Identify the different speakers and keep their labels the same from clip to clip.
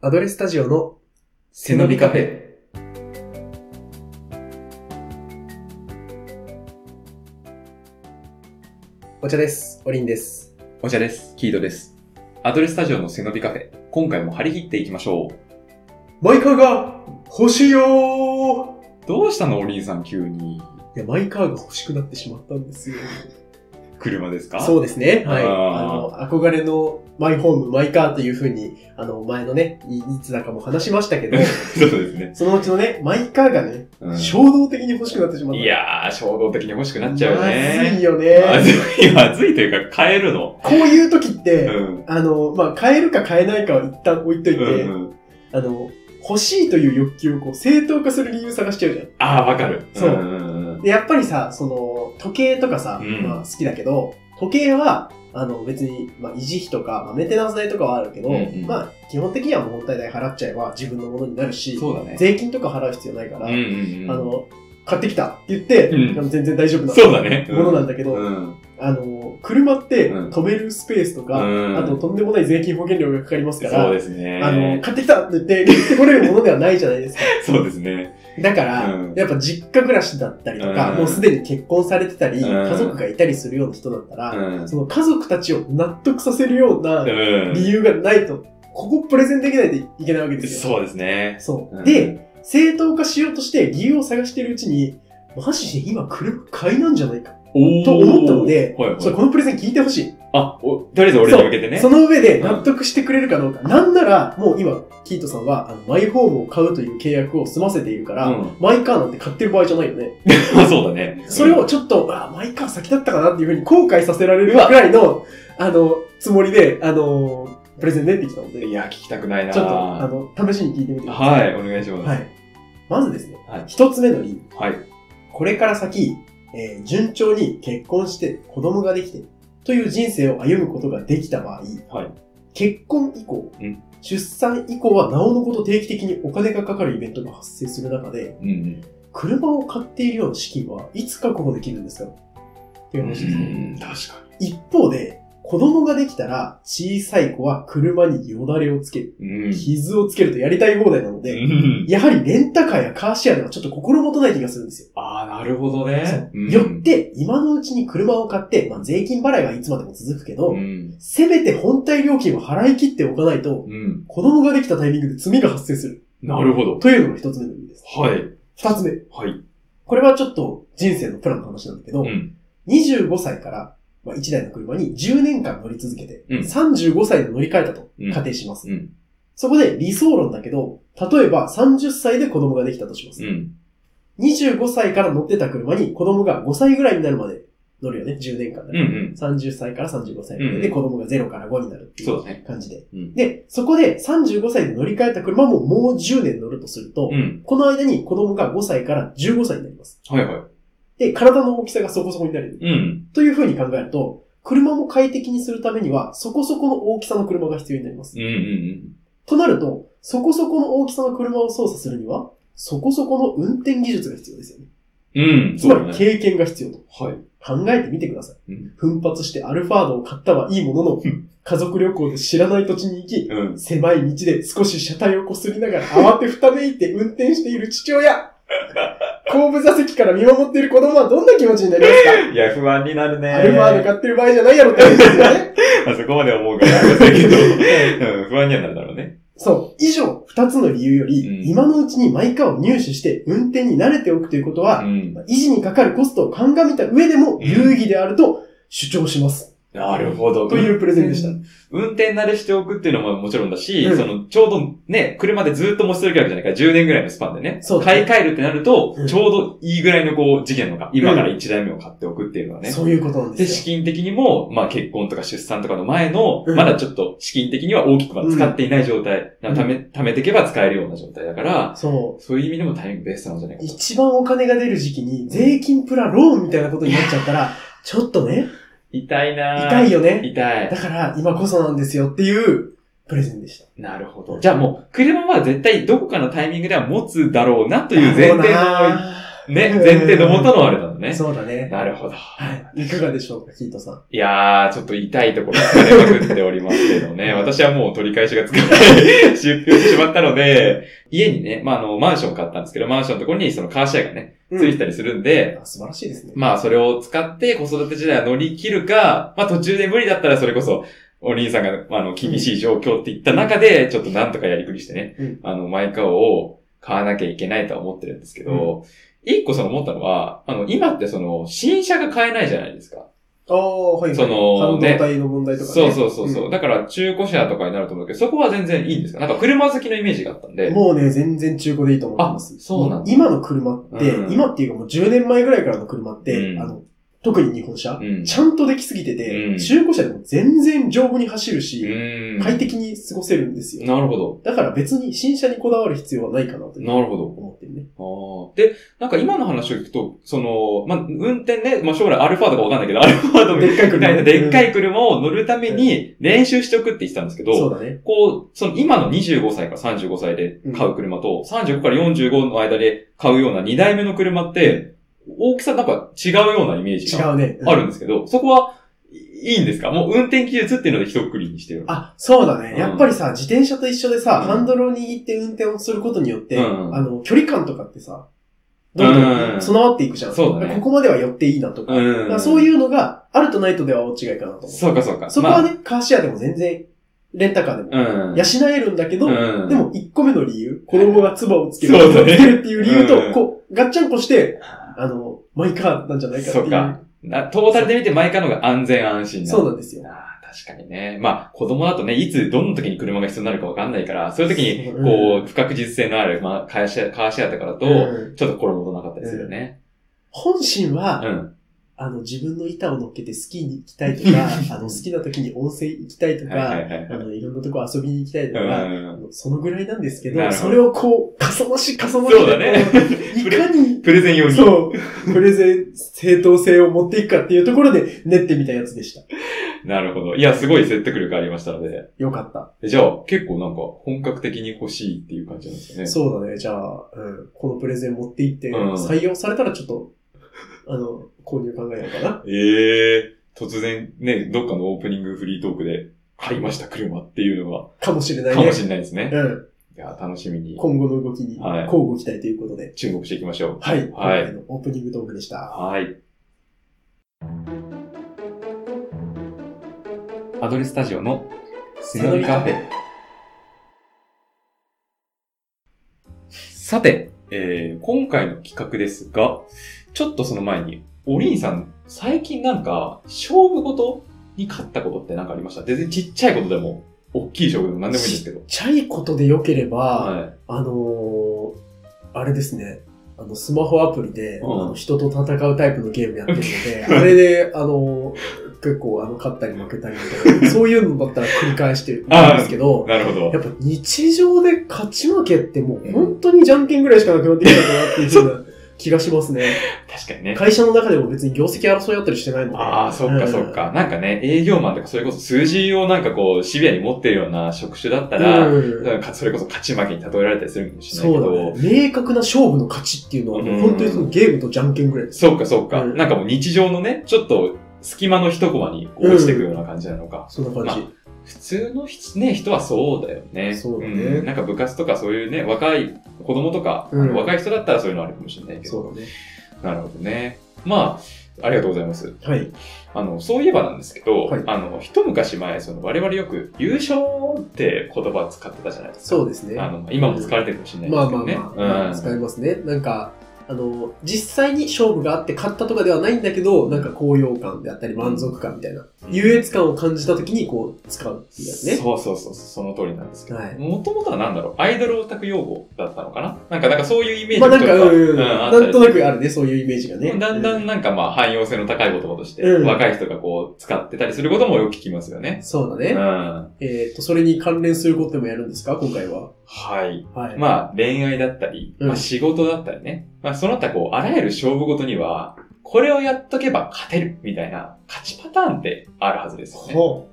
Speaker 1: アドレスタジオの
Speaker 2: 背伸びカフェ。
Speaker 1: お茶です。おりんです。
Speaker 2: お茶です。キードです。アドレスタジオの背伸びカフェ。今回も張り切っていきましょう。
Speaker 1: マイカーが欲しいよー
Speaker 2: どうしたのおりんさん急に。
Speaker 1: いや、マイカーが欲しくなってしまったんですよ。
Speaker 2: 車ですか
Speaker 1: そうですね。はい。
Speaker 2: あ
Speaker 1: あの、憧れのマイホーム、マイカーというふうに、あの、前のね、いいつだかも話しました けど、
Speaker 2: そうですね。
Speaker 1: そのうちのね、マイカーがね、
Speaker 2: うん
Speaker 1: 衝動的に欲しくなってしまった。
Speaker 2: い、やー、衝動的に欲しくなっちゃうよ
Speaker 1: まず
Speaker 2: ね。
Speaker 1: いよ
Speaker 2: まず
Speaker 1: ね。
Speaker 2: い、まずいというか、買えるの。
Speaker 1: こういう時って、
Speaker 2: うん。
Speaker 1: あの、まあ、買えるか買えないかは一旦置いといて、
Speaker 2: うんうん。
Speaker 1: あの、欲しいという欲求をこう正当化する理由探しちゃうじゃん。
Speaker 2: あー、わかる。
Speaker 1: そうん
Speaker 2: んうん
Speaker 1: で、やっぱりさ、その、時計とかさ、
Speaker 2: うん
Speaker 1: まあ好きだけど、時計は、あの別に、まあ維持費とか、まあメンテナンス代とかはあるけど、
Speaker 2: うんうん
Speaker 1: まあ基本的にはもう本体代払っちゃえば自分のものになるし、
Speaker 2: そうだね。
Speaker 1: 税金とか払う必要ないか
Speaker 2: う
Speaker 1: ら、
Speaker 2: んうん
Speaker 1: あ
Speaker 2: うん。
Speaker 1: の、買ってきたって言って、
Speaker 2: うん
Speaker 1: あの全然大丈夫な
Speaker 2: そうだね。
Speaker 1: ものなんだ
Speaker 2: だ
Speaker 1: け
Speaker 2: け
Speaker 1: ど、
Speaker 2: うん。
Speaker 1: あの、車って
Speaker 2: うん
Speaker 1: 止めるスペースとか、
Speaker 2: うん
Speaker 1: あととんでもない税金保険料がかかりますか
Speaker 2: そう
Speaker 1: ら、
Speaker 2: ですね。
Speaker 1: あの、買ってきたって言って、言ってこれるものではないじゃない ですか。
Speaker 2: そうですね。
Speaker 1: だから、
Speaker 2: うん
Speaker 1: やっぱ実家暮らしだったりとか、
Speaker 2: うん
Speaker 1: もうすでに結婚されてたり、
Speaker 2: うん
Speaker 1: 家族がいたりするような人だった
Speaker 2: う
Speaker 1: ら、
Speaker 2: ん。
Speaker 1: その家族たちを納得させるような
Speaker 2: うん
Speaker 1: 理由がないと、ここプレゼンできないといけないわけですよ。
Speaker 2: そうですね。
Speaker 1: そう。
Speaker 2: うん
Speaker 1: で、、正当化しようとして理由を探しているうちに、マジで今車買いなんじゃないか。と
Speaker 2: と
Speaker 1: 思ったので
Speaker 2: はいはい
Speaker 1: そう、このプレゼン聞いてほしい。
Speaker 2: あ、おとりあえず俺に向けてね。
Speaker 1: その上で
Speaker 2: うん
Speaker 1: 納得してくれるかどうか。なんなら、もう今、キートさんは、あのマイホームを買うという契約を済ませているから、
Speaker 2: うん
Speaker 1: マイカーなんて買ってる場合じゃないよね。
Speaker 2: まあ そうだね。
Speaker 1: それをちょっと、あ、マイカー先だったかなっていうふうに後悔させられるぐらいの、あの、つもりで、あの、プレゼン出てきたので、
Speaker 2: う
Speaker 1: ち
Speaker 2: ん、いや、聞きたくない
Speaker 1: ょ
Speaker 2: な
Speaker 1: っと、あの、試しに聞いてみてくださ
Speaker 2: はい、お願いし
Speaker 1: い。
Speaker 2: ます。
Speaker 1: はい。まずですね、
Speaker 2: はい
Speaker 1: 一つ目の理由。
Speaker 2: はい。
Speaker 1: これから先、えー順調に結婚して子供ができて、という人生を歩むことができた場合、
Speaker 2: はい
Speaker 1: 結婚以降、
Speaker 2: うん
Speaker 1: 出産以降はなおのこと定期的にお金がかかるイベントが発生する中で、
Speaker 2: うんうん。
Speaker 1: 車を買っているような資金はいつ確保できるんですかっていう話ですね。
Speaker 2: うん確か
Speaker 1: 一方で、子供ができたら、小さい子は車によだれをつける、
Speaker 2: に。うん。
Speaker 1: 傷をつけるとやりたい放題なので、
Speaker 2: うん
Speaker 1: やはりレンタカーやカーシェアではちょっと心もとない気がするんです
Speaker 2: ああ、なるほ
Speaker 1: よ
Speaker 2: どね。。
Speaker 1: よって、今のうちに車を買って、まあ、税金払いはいつまでも続くけど、
Speaker 2: うん。
Speaker 1: せめて本体料金を払い切っておかないと、
Speaker 2: うん。
Speaker 1: 子供ができたタイミングで罪が発生する。
Speaker 2: なるほど。
Speaker 1: というのが一つ目の理由です。
Speaker 2: はい。
Speaker 1: 二つ目。
Speaker 2: はい。
Speaker 1: これはちょっと人生のプランの話なんだけど、
Speaker 2: うん。
Speaker 1: 25歳から、まあ、1台の車に10年間乗り続けて、
Speaker 2: うん
Speaker 1: 35歳で乗り換えたと
Speaker 2: うん
Speaker 1: 仮定します。
Speaker 2: うん。
Speaker 1: そこで理想論だけど、例えば30歳で子供ができたとします。
Speaker 2: うん。
Speaker 1: 25歳から乗ってた車に子供が5歳ぐらいになるまで乗るよね、10年間だか
Speaker 2: うん
Speaker 1: ら。
Speaker 2: うん。
Speaker 1: 30歳から35歳まで
Speaker 2: うん
Speaker 1: で子供が0から5になるってい
Speaker 2: そうだね
Speaker 1: う感じで。
Speaker 2: うん
Speaker 1: で、そこで35歳で乗り換えた車ももう10年乗るとすると、
Speaker 2: うん。
Speaker 1: この間に子供が5歳から15歳になります。
Speaker 2: はいはい。
Speaker 1: で、体の大きさがそこそこになる。
Speaker 2: うん。
Speaker 1: というふうに考えると、車も快適にするためには、そこそこの大きさの車が必要になります。
Speaker 2: うんうん
Speaker 1: となると、そこそこの大きさの車を操作するには、そこそこの運転技術が必要ですよね。
Speaker 2: うん。うん。
Speaker 1: つ
Speaker 2: そ
Speaker 1: ま
Speaker 2: うだ
Speaker 1: り
Speaker 2: ね。
Speaker 1: 経験が必要と。
Speaker 2: はい。
Speaker 1: 考えてみてください。
Speaker 2: うん
Speaker 1: 奮発してアルファードを買ったはいいものの
Speaker 2: うん、
Speaker 1: 家族旅行で知らない土地に行き、
Speaker 2: うん。
Speaker 1: 狭い道で少し車体をこすりながら慌てふためいて運転している父親後部座席から見守っている子供はどんな気持ちになりますか
Speaker 2: いや、不安になるね。
Speaker 1: アルファード買ってる場合じゃないやろって話ですよ ね。
Speaker 2: まあそこまで思うからあれ だけど、うん、不安にはなるだろうね。
Speaker 1: そう。以上、二つの理由より、
Speaker 2: うん
Speaker 1: 今のうちにマイカーを入手して運転に慣れておくということは、
Speaker 2: ん。
Speaker 1: 維持にかかるコストを鑑みた上でも
Speaker 2: ん
Speaker 1: 有意義であると主張します。
Speaker 2: なるほど。
Speaker 1: というプレゼンでした。
Speaker 2: 運転慣れしておくっていうのももちろんだし、
Speaker 1: うん
Speaker 2: その、ちょうどね、車でずっと持ち続けるわけじゃないから、10年ぐらいのスパンでね。
Speaker 1: そう
Speaker 2: 買い替えるってなると、
Speaker 1: うん
Speaker 2: ちょうどいいぐらいのこう、事件のか、今から1台目を買っておくっていうのはね。
Speaker 1: そういうことなん
Speaker 2: で、
Speaker 1: です
Speaker 2: 資
Speaker 1: よ。
Speaker 2: 金的にも、まあ結婚とか出産とかの前の、
Speaker 1: うん
Speaker 2: まだちょっと資金的には大きくは使っていない状態、
Speaker 1: うん
Speaker 2: ため、貯めていけば使えるような状態だから、
Speaker 1: そ。
Speaker 2: そういう意味でもタイミングベーストなんじゃないうかな。
Speaker 1: 一番お金が出る時期に税金プラローンみたいなことになっちゃった ら、ちょっとね、
Speaker 2: 痛いなぁ
Speaker 1: 痛いよね。
Speaker 2: 痛い
Speaker 1: だ。から今こそなんですよっていうプレゼンでした。
Speaker 2: なるほど。じゃあもう、車は絶対どこかのタイミングでは持つだろうなという前提の
Speaker 1: だろうな
Speaker 2: ね、前提で思ったのはあれなのね。
Speaker 1: そうだね。
Speaker 2: なるほど。
Speaker 1: はい。いかがでしょうか、ヒートさん。
Speaker 2: いやー、ちょっと痛いところがれまくっておりますけど ね。私はもう取り返しがつかない。出費してしまったので、家にね、まあ、あの、マンション買ったんですけど、マンションのところにそのカーシェアがね、ついてたりするんで、
Speaker 1: あ素晴らしいですね。
Speaker 2: まあ、それを使って子育て時代は乗り切るか、まあ、途中で無理だったらそれこそ、お兄さんが、まああの、厳しい状況って言った中で、ちょっとなんとかやりくりしてね、
Speaker 1: うん
Speaker 2: あの、マイカーを買わなきゃいけないとは思ってるんですけど、一個その思ったのは、あの、今ってその、新車が買えないじゃないですか。
Speaker 1: ああ、はいはい。
Speaker 2: その
Speaker 1: 半
Speaker 2: ね
Speaker 1: 導体の問題とかね。
Speaker 2: そうそうそうそう、
Speaker 1: ん
Speaker 2: だから中古車とかになると思うけど、そこは全然いいんですかなんか車好きのイメージがあったんで。
Speaker 1: もうね、全然中古でいいと思ってます。
Speaker 2: あそうなんだ
Speaker 1: 今の車って、
Speaker 2: うん
Speaker 1: 今っていうかもう10年前ぐらいからの車って、
Speaker 2: うん
Speaker 1: あの、特に日本車、
Speaker 2: うん。
Speaker 1: ちゃんとできすぎてて、
Speaker 2: うん
Speaker 1: 中古車でも全然丈夫に走るし、
Speaker 2: うん。
Speaker 1: 快適に過ごせるんですよ。
Speaker 2: なるほど。
Speaker 1: だから別に新車にこだわる必要はないかなと
Speaker 2: なるほど。
Speaker 1: 思ってるね。
Speaker 2: ああ。で、なんか今の話を聞くと、その、まあ、運転ね、まあ、将来アルファードかわかんないけど、アルファードみ
Speaker 1: でっかい
Speaker 2: たい
Speaker 1: 車
Speaker 2: な
Speaker 1: ね。
Speaker 2: でっか
Speaker 1: うん
Speaker 2: い車を乗るために練習しておくって言ってたんですけ
Speaker 1: そう
Speaker 2: ど、
Speaker 1: だね。
Speaker 2: こう、その今の25歳から35歳で買う車と、35から45の間で買うような2台目の車って、大きさなんか違うようなイメージ
Speaker 1: 違
Speaker 2: が
Speaker 1: うね。うん
Speaker 2: あるんですけど、そこはいいんですかもう運転技術っていうので一括りにしてる。
Speaker 1: あ、そうだ
Speaker 2: うん
Speaker 1: ね。やっぱりさ、自転車と一緒でさ、
Speaker 2: うん
Speaker 1: ハンドルを握って運転をすることによって、
Speaker 2: うん
Speaker 1: あの、距離感とかってさ、どんど
Speaker 2: うん
Speaker 1: ん備わっていくじゃん。
Speaker 2: そうだね
Speaker 1: ここまでは寄っていいなとか。だからそう
Speaker 2: う
Speaker 1: い
Speaker 2: ん。
Speaker 1: うのがあるとないとでは大違いかなと思う。
Speaker 2: そうかそうか。
Speaker 1: そこはね、カーシェアでも全然、レンタカーでも、
Speaker 2: まあ、うん。
Speaker 1: 養えるんだけど、
Speaker 2: うん
Speaker 1: でも1個目の理由、子供が唾をつける、
Speaker 2: そうだね
Speaker 1: つけるっていう理由と、
Speaker 2: うん
Speaker 1: こう、ガッチャンコして、あの、マイカーなんじゃないかっていう。
Speaker 2: そうかなトータルで見て毎回の方が安全安心な。
Speaker 1: そうなんですよ。
Speaker 2: あー確かにね。まあ、子供だとね、いつ、どの時に車が必要になるかわかんないから、そういう時に、
Speaker 1: うん
Speaker 2: こう、不確実性のある、まあ、カーシェア、カーシェアとかだと、
Speaker 1: うん
Speaker 2: ちょっと心もとなかったりするよね。
Speaker 1: 本心は、
Speaker 2: うん。
Speaker 1: あの、自分の板を乗っけてスキーに行きたいとか、あの、好きな時に温泉行きたいとか、
Speaker 2: はいはいはい
Speaker 1: あ。の、いろんなとこ遊びに行きたいと
Speaker 2: う
Speaker 1: か、あ
Speaker 2: ん。
Speaker 1: のそのぐらいなんですけ
Speaker 2: な
Speaker 1: ど、
Speaker 2: るほど
Speaker 1: それをこう、かさ増しかさ増し
Speaker 2: そうだね
Speaker 1: こういかに、
Speaker 2: プレゼン用に。
Speaker 1: そう、プレゼン、正当性を持っていくかっていうところで練ってみたやつでした。
Speaker 2: なるほど。いや、すごい説得力ありましたので。
Speaker 1: よかった。
Speaker 2: じゃあ、結構なんか、本格的に欲しいっていう感じなんですよね。
Speaker 1: そうだね。じゃあ、うん、このプレゼン持っていって、
Speaker 2: うん
Speaker 1: 採用されたらちょっと、 あの、購入考えようかな。
Speaker 2: ええ突然、ね、どっかのオープニングフリートークで、買いました、車っていうのは、
Speaker 1: かもしれないね。
Speaker 2: かもしれないですね。
Speaker 1: うん。
Speaker 2: いや、楽しみに、
Speaker 1: 今後の動きに、
Speaker 2: はい
Speaker 1: こうご期待ということで。
Speaker 2: 注目していきましょう。
Speaker 1: はい。
Speaker 2: はい
Speaker 1: 今回のオープニングトークでした。
Speaker 2: はい。アドレスタジオの背伸びカフェ。さて、えー今回の企画ですが、ちょっとその前に、おりんさん、最近なんか、勝負事に勝ったことって何かありました全然ちっちゃいことでも、大きい勝負でも何でもいいんですけど。
Speaker 1: ちっちゃいことで良ければ、
Speaker 2: は
Speaker 1: あのー、あれですね。あの、スマホアプリで、
Speaker 2: うん
Speaker 1: あの人と戦うタイプのゲームやってるので、 あれで、あのー、結構、あの、勝ったり負けたりみたいな、そういうのだったら繰り返してるんですけど
Speaker 2: い。、なるほど
Speaker 1: や。っぱ日常で勝ち負けってもう本当にじゃんけんぐらいしかなくなってきたかなっていうふ うな気がしますね。
Speaker 2: 確かにね。
Speaker 1: 会社の中でも別に業績争いあったりしてないので。
Speaker 2: ああ、そっかそっか。なんかね、営業マンとかそれこそ数字をなんかこう、シビアに持ってるような職種だったら、
Speaker 1: うん
Speaker 2: だからそれこそ勝ち負けに例えられたりするかもしれないけ
Speaker 1: そ
Speaker 2: ど、
Speaker 1: うだね。明確な勝負の勝ちっていうのはもう本当にそのゲームとじゃんけんぐらいです。
Speaker 2: そうかそうか。
Speaker 1: うん
Speaker 2: なんかもう日常のね、ちょっと隙間の一コマにこう落ちてくるような感じなのか。
Speaker 1: そんな感
Speaker 2: 普通のひね、人はそうだよね。
Speaker 1: そうだね
Speaker 2: んなんか部活とかそういうね、若い子供とか、
Speaker 1: うん
Speaker 2: 若い人だったらそういうのあるかもしれない
Speaker 1: じ。
Speaker 2: けど。
Speaker 1: そうだね。
Speaker 2: なるほどね。まあ、ありがとうございます。
Speaker 1: はい。
Speaker 2: あの、そういえばなんですけど、
Speaker 1: はい
Speaker 2: あの、一昔前、その我々よく優勝って言葉使ってたじゃないですか。
Speaker 1: そうですね。
Speaker 2: あの、まあ今も使われてるかもしれ
Speaker 1: まあ
Speaker 2: ないですけ
Speaker 1: まあ
Speaker 2: どね。
Speaker 1: まあ、
Speaker 2: うん
Speaker 1: 使えますね。なんか、あの、実際に勝負があって勝ったとかではないんだけど、なんか高揚感であったり満足感みたいな、
Speaker 2: うん
Speaker 1: 優越感を感じた時にこう使うっていうやつね。
Speaker 2: そうそうそう、その通りなんですけど。
Speaker 1: はい
Speaker 2: もともとはなんだろう、アイドルオタク用語だったのかななんか、なんかそういうイメージ
Speaker 1: まあなん
Speaker 2: ち
Speaker 1: か、
Speaker 2: ょっと
Speaker 1: うん、な
Speaker 2: あったり
Speaker 1: んとなくあるね、そういうイメージがね。
Speaker 2: だんだ
Speaker 1: うん
Speaker 2: なんかまあ汎用性の高い言葉として、
Speaker 1: うん
Speaker 2: 若い人がこう使ってたりすることもよく聞きますよね。
Speaker 1: そうだ
Speaker 2: う
Speaker 1: ね。
Speaker 2: ん。
Speaker 1: えっと、それに関連することでもやるんですか、今回は。
Speaker 2: はい。
Speaker 1: はい。
Speaker 2: まあ、恋愛だったり、
Speaker 1: うん
Speaker 2: まあ、仕事だったりね。まあ、その他こう、あらゆる勝負事には、これをやっとけば勝てるみたいな勝ちパターンってあるはずですよね。
Speaker 1: ほ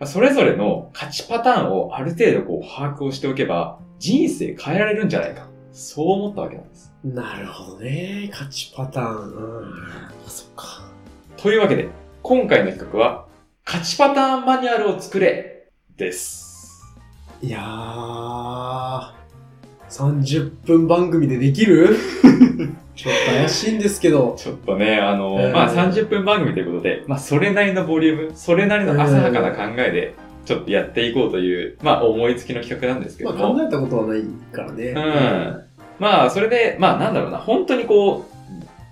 Speaker 2: まあそれぞれの勝ちパターンをある程度こう、把握をしておけば、人生変えられるんじゃないか。
Speaker 1: う
Speaker 2: そう思ったわけなんです。
Speaker 1: なるほどね。勝ちパターン。うん。あ、そっか。
Speaker 2: というわけで、今回の企画は、勝ちパターンマニュアルを作れです。
Speaker 1: いやー、30分番組でできるちょっと怪しいんですけど。
Speaker 2: ちょっとね、あの、
Speaker 1: えー
Speaker 2: まあ、30分番組ということで、まあ、それなりのボリューム、それなりの浅はかな考えで、ちょっとやっていこうという、まあ、思いつきの企画なんですけ
Speaker 1: ま
Speaker 2: ど
Speaker 1: あ
Speaker 2: も。
Speaker 1: 考えたことはないからね。
Speaker 2: うん。まあ、それで、まあ、なんだろうな、本当にこう、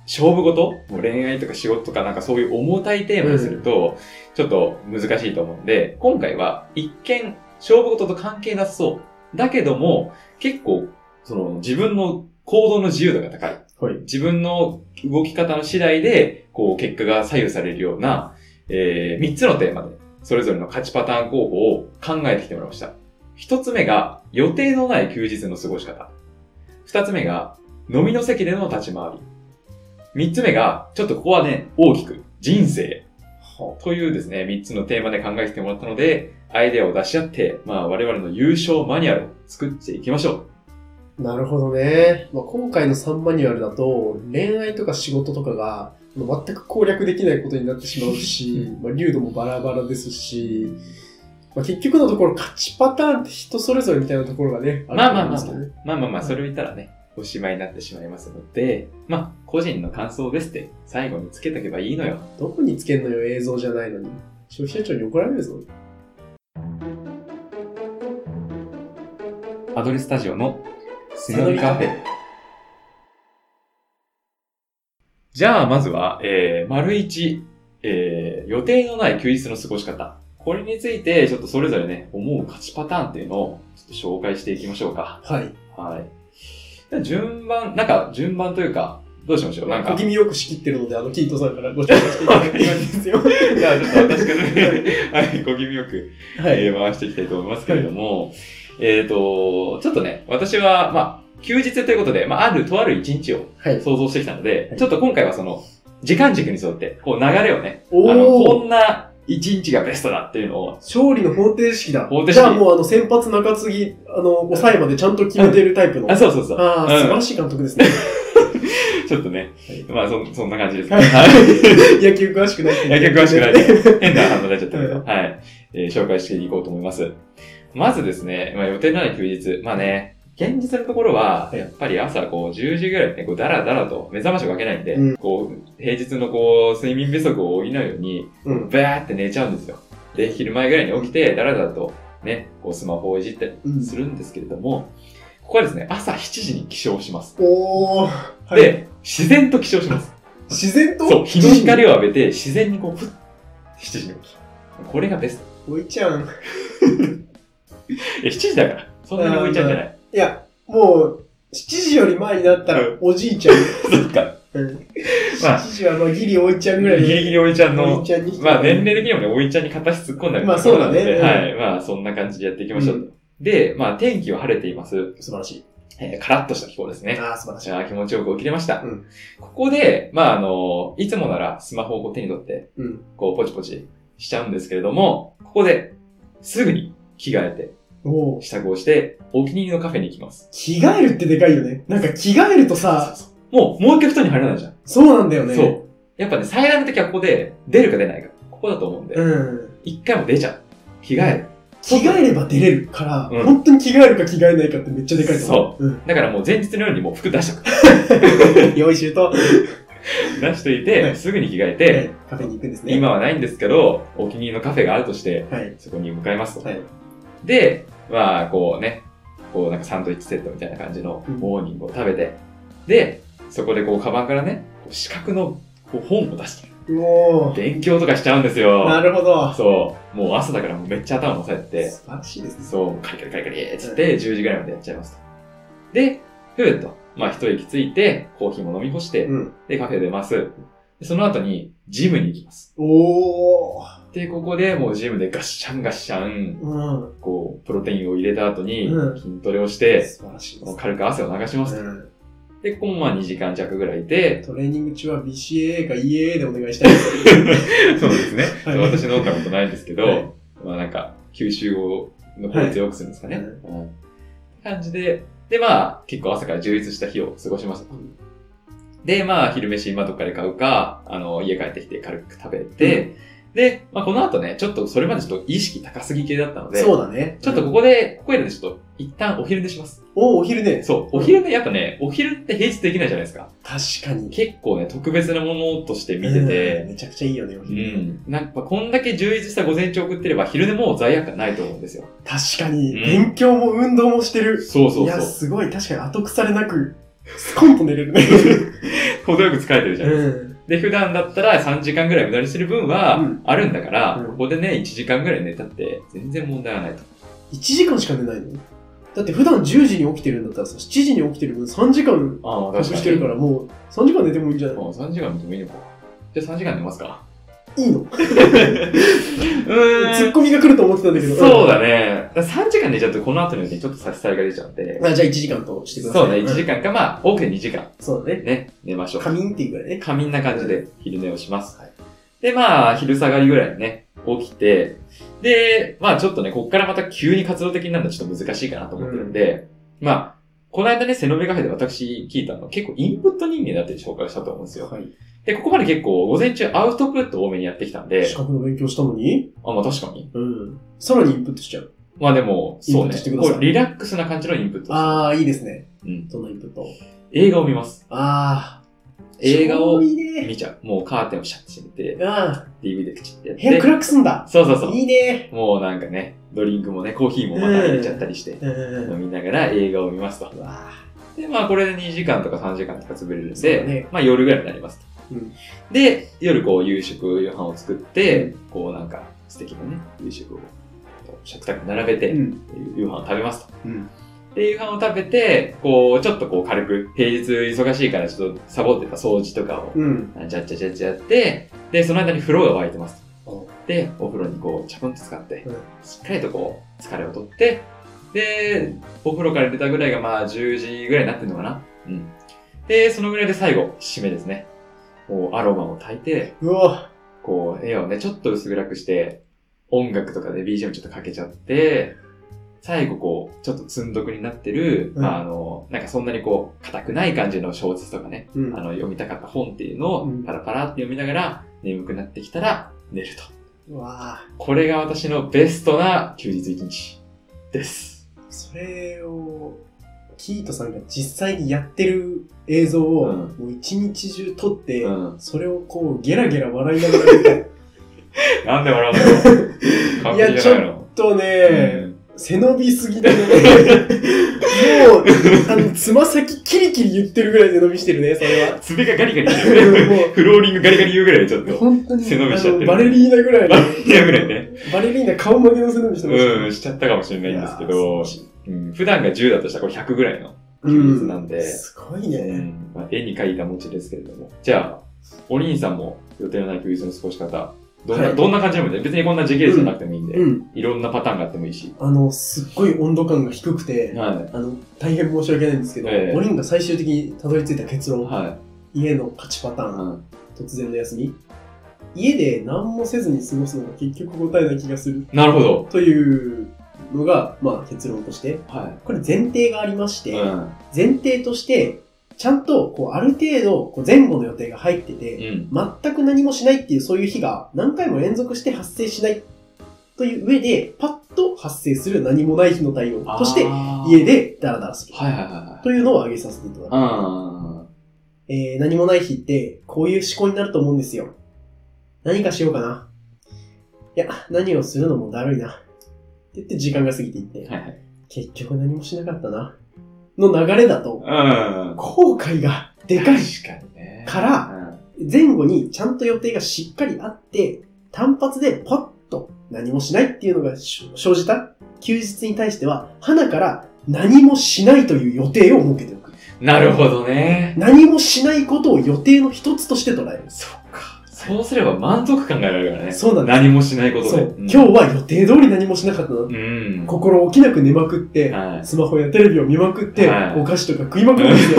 Speaker 2: 勝負事もう恋愛とか仕事とかなんかそういう重たいテーマにすると、ちょっと難しいと思うんで、今回は一見、勝負事と関係なさそう。だけども、結構、その、自分の行動の自由度が高い。
Speaker 1: はい。
Speaker 2: 自分の動き方の次第で、こう、結果が左右されるような、えー、3つのテーマで、それぞれの勝ちパターン候補を考えてきてもらいました。1つ目が、予定のない休日の過ごし方。2つ目が、飲みの席での立ち回り。3つ目が、ちょっとここはね、大きく、人生。というですね、3つのテーマで考えてきてもらったので、アイデアを出し合って、まあ、我々の優勝マニュアルを作っていきましょ
Speaker 1: なるほどね。まあ、今回の3マニュアルだと、恋愛とか仕事とかが、まあ全く攻略できないことになってしまうし、 まあ、流度もバラバラですし、まあ、結局のところ勝ちパターンって人それぞれみたいなところがね、
Speaker 2: まあま
Speaker 1: ると
Speaker 2: あ
Speaker 1: 思うんですけどね。
Speaker 2: う。まあまあまあ、それを言ったらね、おしまいになってしまいますので、まあ、個人の感想ですって、最後につけとけばいいのよ。
Speaker 1: どこにつけんのよ、映像じゃないのに。消費者庁に怒られるぞ。
Speaker 2: アドレスタジオのス
Speaker 1: ノリカフ
Speaker 2: ェ。じゃあ、まずは、えー、丸一、えー、予定のない休日の過ごし方。これについて、ちょっとそれぞれね、思う勝ちパターンっていうのを、ちょっと紹介していきましょうか。
Speaker 1: はい。
Speaker 2: はい。じゃあ順番、なんか、順番というか、どうしましょうなんか
Speaker 1: 小。気味よく仕切ってるので、あの、キートさんからご紹介していただきたいんですよ。
Speaker 2: じゃあ、ちょっと私からね、 はい、小気味よく、
Speaker 1: は
Speaker 2: え
Speaker 1: い。
Speaker 2: ー回していきたいと思いますけれども、えっ、と、ちょっとね、私は、まあ、休日ということで、まあ、あるとある一日を
Speaker 1: はい。
Speaker 2: 想像してきたので、
Speaker 1: はい
Speaker 2: ちょっと今回はその、時間軸に沿って、こう流れをね、あの、
Speaker 1: お
Speaker 2: こ
Speaker 1: お
Speaker 2: んな一日がベストだっていうのを、
Speaker 1: 勝利の方程式だ。
Speaker 2: 方程
Speaker 1: じ
Speaker 2: 式
Speaker 1: ゃあもうあの、先発中継ぎ、あの、抑えまでちゃんと決めてるタイプの。
Speaker 2: あ、そうそうそう、
Speaker 1: ああ、素晴
Speaker 2: う
Speaker 1: らしい監督ですね。
Speaker 2: ん、ちょっとね、
Speaker 1: はい
Speaker 2: まあ、そん、そんな感じです ね。
Speaker 1: はい
Speaker 2: はい
Speaker 1: 野球詳しくないってう
Speaker 2: 野球詳しくない
Speaker 1: ね。
Speaker 2: 変な反応になっちゃったけど、はい、えー紹介していこうと思います。まずですね、まあ、予定のない休日。まあね、現実のところは、
Speaker 1: はい
Speaker 2: やっぱり朝こう10時ぐらいね、こうダラダラと目覚ましをかけないんで、
Speaker 1: うん
Speaker 2: こう、平日のこう、睡眠不足を補うように、
Speaker 1: うん。
Speaker 2: バーって寝ちゃうんですよ。で、昼前ぐらいに起きて、ダラダラとね、こうスマホをいじったり
Speaker 1: うん
Speaker 2: するんですけれども、ここはですね、朝7時に起床します。
Speaker 1: おお。はい、
Speaker 2: で、自然と起床します。
Speaker 1: 自然と
Speaker 2: そう、日の光を浴びて、自然にこう、ふっ、7時に起きる。これがベスト。
Speaker 1: おいちゃん。
Speaker 2: え、7時だから。そんなに置いちゃうんじゃない。
Speaker 1: いや、もう、7時より前になったら
Speaker 2: う、
Speaker 1: おじいちゃん。
Speaker 2: そっか。
Speaker 1: うん。
Speaker 2: まあ
Speaker 1: 7時はまあギリおいちゃんぐらい
Speaker 2: ギリギリおいちゃん
Speaker 1: お
Speaker 2: の
Speaker 1: い、ちゃんに。
Speaker 2: まあ年齢的にもね、おいちゃんに片足突っ込んだり
Speaker 1: まあそうだね
Speaker 2: はい。まあそんな感じでやっていきましょう。
Speaker 1: うん
Speaker 2: で、まあ天気は晴れています。
Speaker 1: 素晴らしい。
Speaker 2: えーカラッとした気候ですね。
Speaker 1: ああ、素晴らしい。
Speaker 2: じゃあ気持ちよく起きれました。
Speaker 1: うん
Speaker 2: ここで、まああの、いつもならスマホをこう手に取って、
Speaker 1: うん
Speaker 2: こうポチポチしちゃうんですけれども、ここで、すぐに着替えて、
Speaker 1: おう
Speaker 2: 支度をして、お気に入りのカフェに行きます。
Speaker 1: 着替えるってでかいよね。なんか着替えるとさ、
Speaker 2: もう、もう一回布団に入らないじゃん。
Speaker 1: そうなんだよね。
Speaker 2: そう。やっぱね、最大の時はここで、出るか出ないか。ここだと思うんで、
Speaker 1: うん。
Speaker 2: 一、回も出ちゃう。着替える。
Speaker 1: 着替えれば出れるから、
Speaker 2: うん
Speaker 1: 本当に着替えるか着替えないかってめっちゃでかいと思う。うん。
Speaker 2: だからもう前日のようにもう服出しとく。
Speaker 1: 用意シュート。
Speaker 2: 出しとい
Speaker 1: は
Speaker 2: て、
Speaker 1: い
Speaker 2: すぐに着替
Speaker 1: で
Speaker 2: えて、、
Speaker 1: カフェに行くんですね。。
Speaker 2: 今はないんですけど、お気に入りのカフェがあるとして、
Speaker 1: はい。
Speaker 2: そこに向かいますと。
Speaker 1: はい。
Speaker 2: で、まあ、こうね、こうなんかサンドイッチセットみたいな感じの
Speaker 1: うん
Speaker 2: モーニングを食べて、で、そこでこう、カバンからね、こう四角のこう本を出して、
Speaker 1: うおー。
Speaker 2: 勉強とかしちゃうんですよ。
Speaker 1: なるほど。
Speaker 2: そう。もう朝だからもうめっちゃ頭押さえてて、
Speaker 1: 素晴らしいですね。
Speaker 2: そう、カリカリカリカリって言って、10時ぐらいまでやっちゃいますと。で、ふーっと、まあ一息ついて、コーヒーも飲み干して、
Speaker 1: うん。
Speaker 2: で、カフェ出ます。でその後に、ジムに行きます。
Speaker 1: おー。
Speaker 2: で、ここでもうジムでガッシャンガッシャン、
Speaker 1: うん。
Speaker 2: こう、プロテインを入れた後に
Speaker 1: う、ん
Speaker 2: 筋トレをして、
Speaker 1: 素晴らしいで
Speaker 2: も
Speaker 1: す
Speaker 2: う。軽く汗を流します。
Speaker 1: うん
Speaker 2: で、ここもまあ2時間弱ぐらいいて、
Speaker 1: トレーニング中は BCAA か EAA でお願いしたいです。
Speaker 2: そうですね。
Speaker 1: はい
Speaker 2: 私飲んだことないんですけど、
Speaker 1: はい
Speaker 2: まあなんか、吸収をの効率を良くするんですかね。
Speaker 1: はい
Speaker 2: うん感じで、で、まあ、結構朝から充実した日を過ごしました。
Speaker 1: うん
Speaker 2: で、まあ、昼飯今どっかで買うか、あの、家帰ってきて軽く食べて、で、まあ、この後ね、ちょっとそれまでちょっと意識高すぎ系だったので、
Speaker 1: そうだね。
Speaker 2: ちょっとここで、ここやるんでちょっと、一旦お昼寝します。
Speaker 1: おお昼ね。
Speaker 2: そう、お昼寝、やっぱね、お昼って平日できないじゃないですか。
Speaker 1: 確かに。
Speaker 2: 結構ね、特別なものとして見て
Speaker 1: うん
Speaker 2: て、
Speaker 1: めちゃくちゃいいよね、お
Speaker 2: う
Speaker 1: 昼寝。
Speaker 2: ん。なんか、こんだけ充実した午前中送ってれば、昼寝も罪悪感ないと思うんですよ。
Speaker 1: 確かに、
Speaker 2: うん
Speaker 1: 勉強も運動もしてる。
Speaker 2: そうそう
Speaker 1: い
Speaker 2: そ
Speaker 1: や、
Speaker 2: う。
Speaker 1: すごい。確かに後腐れなく、スコンと寝れるね。
Speaker 2: 程よく疲れてるじゃないですか。
Speaker 1: うん。
Speaker 2: で、普段だったら3時間ぐらい無駄にする分は
Speaker 1: うん
Speaker 2: あるんだから、
Speaker 1: うん
Speaker 2: ここでね、1時間ぐらい寝たって全然問題はないと。
Speaker 1: 1時間しか寝ないのだって普段10時に起きてるんだったらさ、7時に起きてる分3時間
Speaker 2: ああ、
Speaker 1: 隠してるから、もう3時間寝てもいいんじゃない
Speaker 2: 3時間寝てもいいのか。じゃあ3時間寝ますか。
Speaker 1: いいのツ
Speaker 2: うー
Speaker 1: ッ
Speaker 2: ん。
Speaker 1: コミが来ると思ってたんだけど。
Speaker 2: そうだね。だ3時間寝ちゃうと、この後にちょっと差し障りが出ちゃうんで
Speaker 1: う。ん。あじゃあ1時間としてください。
Speaker 2: そうね、1時
Speaker 1: 間。
Speaker 2: 間か、まあ、多くて2時間。
Speaker 1: そうだね。
Speaker 2: ね、寝ましょう。
Speaker 1: 仮眠っていうぐらいね。
Speaker 2: 仮眠な感じで昼寝をします。
Speaker 1: はい
Speaker 2: で、まあ、昼下がりぐらいにね、起きて、で、まあちょっとね、こっからまた急に活動的になるのはちょっと難しいかなと思ってるんで、まあ、この間ね、背伸びカフェで私聞いたの、結構インプット人間だって紹介したと思うんですよ。
Speaker 1: はい。
Speaker 2: で、ここまで結構午前中アウトプット多めにやってきたんで
Speaker 1: 資、格の勉強したのに
Speaker 2: あ、まあ確かに。
Speaker 1: うん。さらにインプットしちゃう。
Speaker 2: まあでも、そう
Speaker 1: インプッ
Speaker 2: ね
Speaker 1: トしてく、だ
Speaker 2: こ
Speaker 1: さいう
Speaker 2: リラックスな感じのインプット。
Speaker 1: ああ、いいですね。
Speaker 2: うん。
Speaker 1: どんなインプット
Speaker 2: 映画を見ます。
Speaker 1: ああ。
Speaker 2: 映画
Speaker 1: ち
Speaker 2: を
Speaker 1: ょうどいいね。
Speaker 2: 見ちゃう。もうカーテンをシャッと閉めて、
Speaker 1: ああ。
Speaker 2: DV で口ってやっ
Speaker 1: 部屋
Speaker 2: て。
Speaker 1: 暗くすんだ。
Speaker 2: そうそうそう。
Speaker 1: いいね。
Speaker 2: もうなんかね、ドリンクもね、コーヒーもまた入れちゃったりして、
Speaker 1: うん
Speaker 2: 飲みながら映画を見ますと。
Speaker 1: うわ
Speaker 2: で、まあこれで2時間とか3時間とか潰れるん
Speaker 1: そう
Speaker 2: で、
Speaker 1: だね
Speaker 2: まあ夜ぐらいになりますと。
Speaker 1: うん
Speaker 2: で、夜こう夕食、夕飯を作って、こうなんか素敵なね、夕食を食卓に並べ
Speaker 1: ー
Speaker 2: て、
Speaker 1: ん。
Speaker 2: 夕飯を食べますと。
Speaker 1: うん。
Speaker 2: で、夕飯を食べて、こうちょっとこう軽く、平日忙しいからちょっとサボってた掃除とかを、
Speaker 1: うん。
Speaker 2: じゃっちゃじゃっちゃやって、で、その間に風呂が沸いてますと。
Speaker 1: お
Speaker 2: で、お風呂にこう、ちゃぷんと使って、
Speaker 1: うん
Speaker 2: しっかりとこう、疲れをとって、で、お風呂から出たぐらいがまあ10時ぐらいになってるのかな。うん。で、そのぐらいで最後、締めですね。こう、アロマを焚いて、
Speaker 1: うわ
Speaker 2: こう、部屋をね、ちょっと薄暗くして、音楽とかで BGM ちょっとかけちゃって、最後こう、ちょっと積んどくになってる、
Speaker 1: うん
Speaker 2: まああの、なんかそんなにこう、硬くない感じの小説とかね、
Speaker 1: うん
Speaker 2: あの、読みたかった本っていうの
Speaker 1: う
Speaker 2: を
Speaker 1: ん
Speaker 2: パラパラって読みながら、眠くなってきたら、寝ると。
Speaker 1: うわあ
Speaker 2: これが私のベストな休日一日です。
Speaker 1: それを、キートさんが実際にやってる映像を、
Speaker 2: うん
Speaker 1: もう一日中撮って、
Speaker 2: ん。
Speaker 1: それをこう、ゲラゲラ笑いながら見る
Speaker 2: なんで笑うの
Speaker 1: いやちょっとね、背伸びすぎだね。もう、あの、つま先キリキリ言ってるぐらい背伸びしてるね、それは。
Speaker 2: すべがガリガリして るフローリングガリガリ言うぐらいでちょっ
Speaker 1: もう、
Speaker 2: と。
Speaker 1: 本当に、
Speaker 2: 背伸びしちゃって
Speaker 1: あの
Speaker 2: る
Speaker 1: バレリーナぐらいの
Speaker 2: バレリーナぐらいね。
Speaker 1: バレリーナ顔負けの背伸びしてました。
Speaker 2: うん、しちゃったかもしれないんですけ
Speaker 1: いや
Speaker 2: ど
Speaker 1: ー素晴ら、しい
Speaker 2: うん普段が10だとしたらこれ100ぐらいの休日なんで、
Speaker 1: すごいうね。
Speaker 2: んまあ、絵に描いた餅ですけれども。じゃあ、お兄さんも予定のない休日の過ごし方、どんな、
Speaker 1: はい
Speaker 2: どんな感じでもいいんで別にこんな時系列じゃなくてもいいんで、
Speaker 1: うん。
Speaker 2: いろんなパターンがあってもいいし。
Speaker 1: あの、すっごい温度感が低くて、
Speaker 2: は
Speaker 1: あの、大変申し訳ないんですけど、
Speaker 2: ええ
Speaker 1: 5人が最終的にたどり着いた結
Speaker 2: い。
Speaker 1: 論、
Speaker 2: は
Speaker 1: 家の勝ちパタ
Speaker 2: い。
Speaker 1: ーン、
Speaker 2: うん
Speaker 1: 突然の休み。家で何もせずに過ごすのが結局答えな気がする
Speaker 2: なるほど。
Speaker 1: というのが、まあ結論として、
Speaker 2: は
Speaker 1: これ前提がありまし
Speaker 2: い。
Speaker 1: て、
Speaker 2: うん。
Speaker 1: 前提として、ちゃんとこうある程度こう前後の予定が入ってて、
Speaker 2: うん。
Speaker 1: 全く何もしないっていうそういう日が何回も連続して発生しないという上で、パッと発生する何もない日の対応として、家。でダラダラする。
Speaker 2: はいはいはい
Speaker 1: というのを挙げさせていただきます。
Speaker 2: はい。
Speaker 1: えー、何もない日って、こういう思考になると思うんですよ。何かしようかな。いや、何をするのもだるいな。って言って時間が過ぎていって
Speaker 2: うん。、はいはい。
Speaker 1: 結局何もしなかったな。の流れだと、
Speaker 2: うん。
Speaker 1: 後悔がでかい。
Speaker 2: 確かにね。
Speaker 1: から
Speaker 2: うん、
Speaker 1: 前後にちゃんと予定がしっかりあって、単発でパッと何もしないっていうのがし生じた休日に対しては、花から何もしないという予定を設けておく。
Speaker 2: なるほどね。
Speaker 1: 何もしないことを予定の一つとして捉える。
Speaker 2: そっか。そうすれば満足感が得られるからね。
Speaker 1: そうなんです
Speaker 2: 何もしないことで。
Speaker 1: そう、
Speaker 2: ん
Speaker 1: 今日は予定通り何もしなかったな。
Speaker 2: うん。
Speaker 1: 心置きなく寝まくって、
Speaker 2: はい
Speaker 1: スマホやテレビを見まくって、
Speaker 2: はい
Speaker 1: お菓子とか食いまくるん ですよ。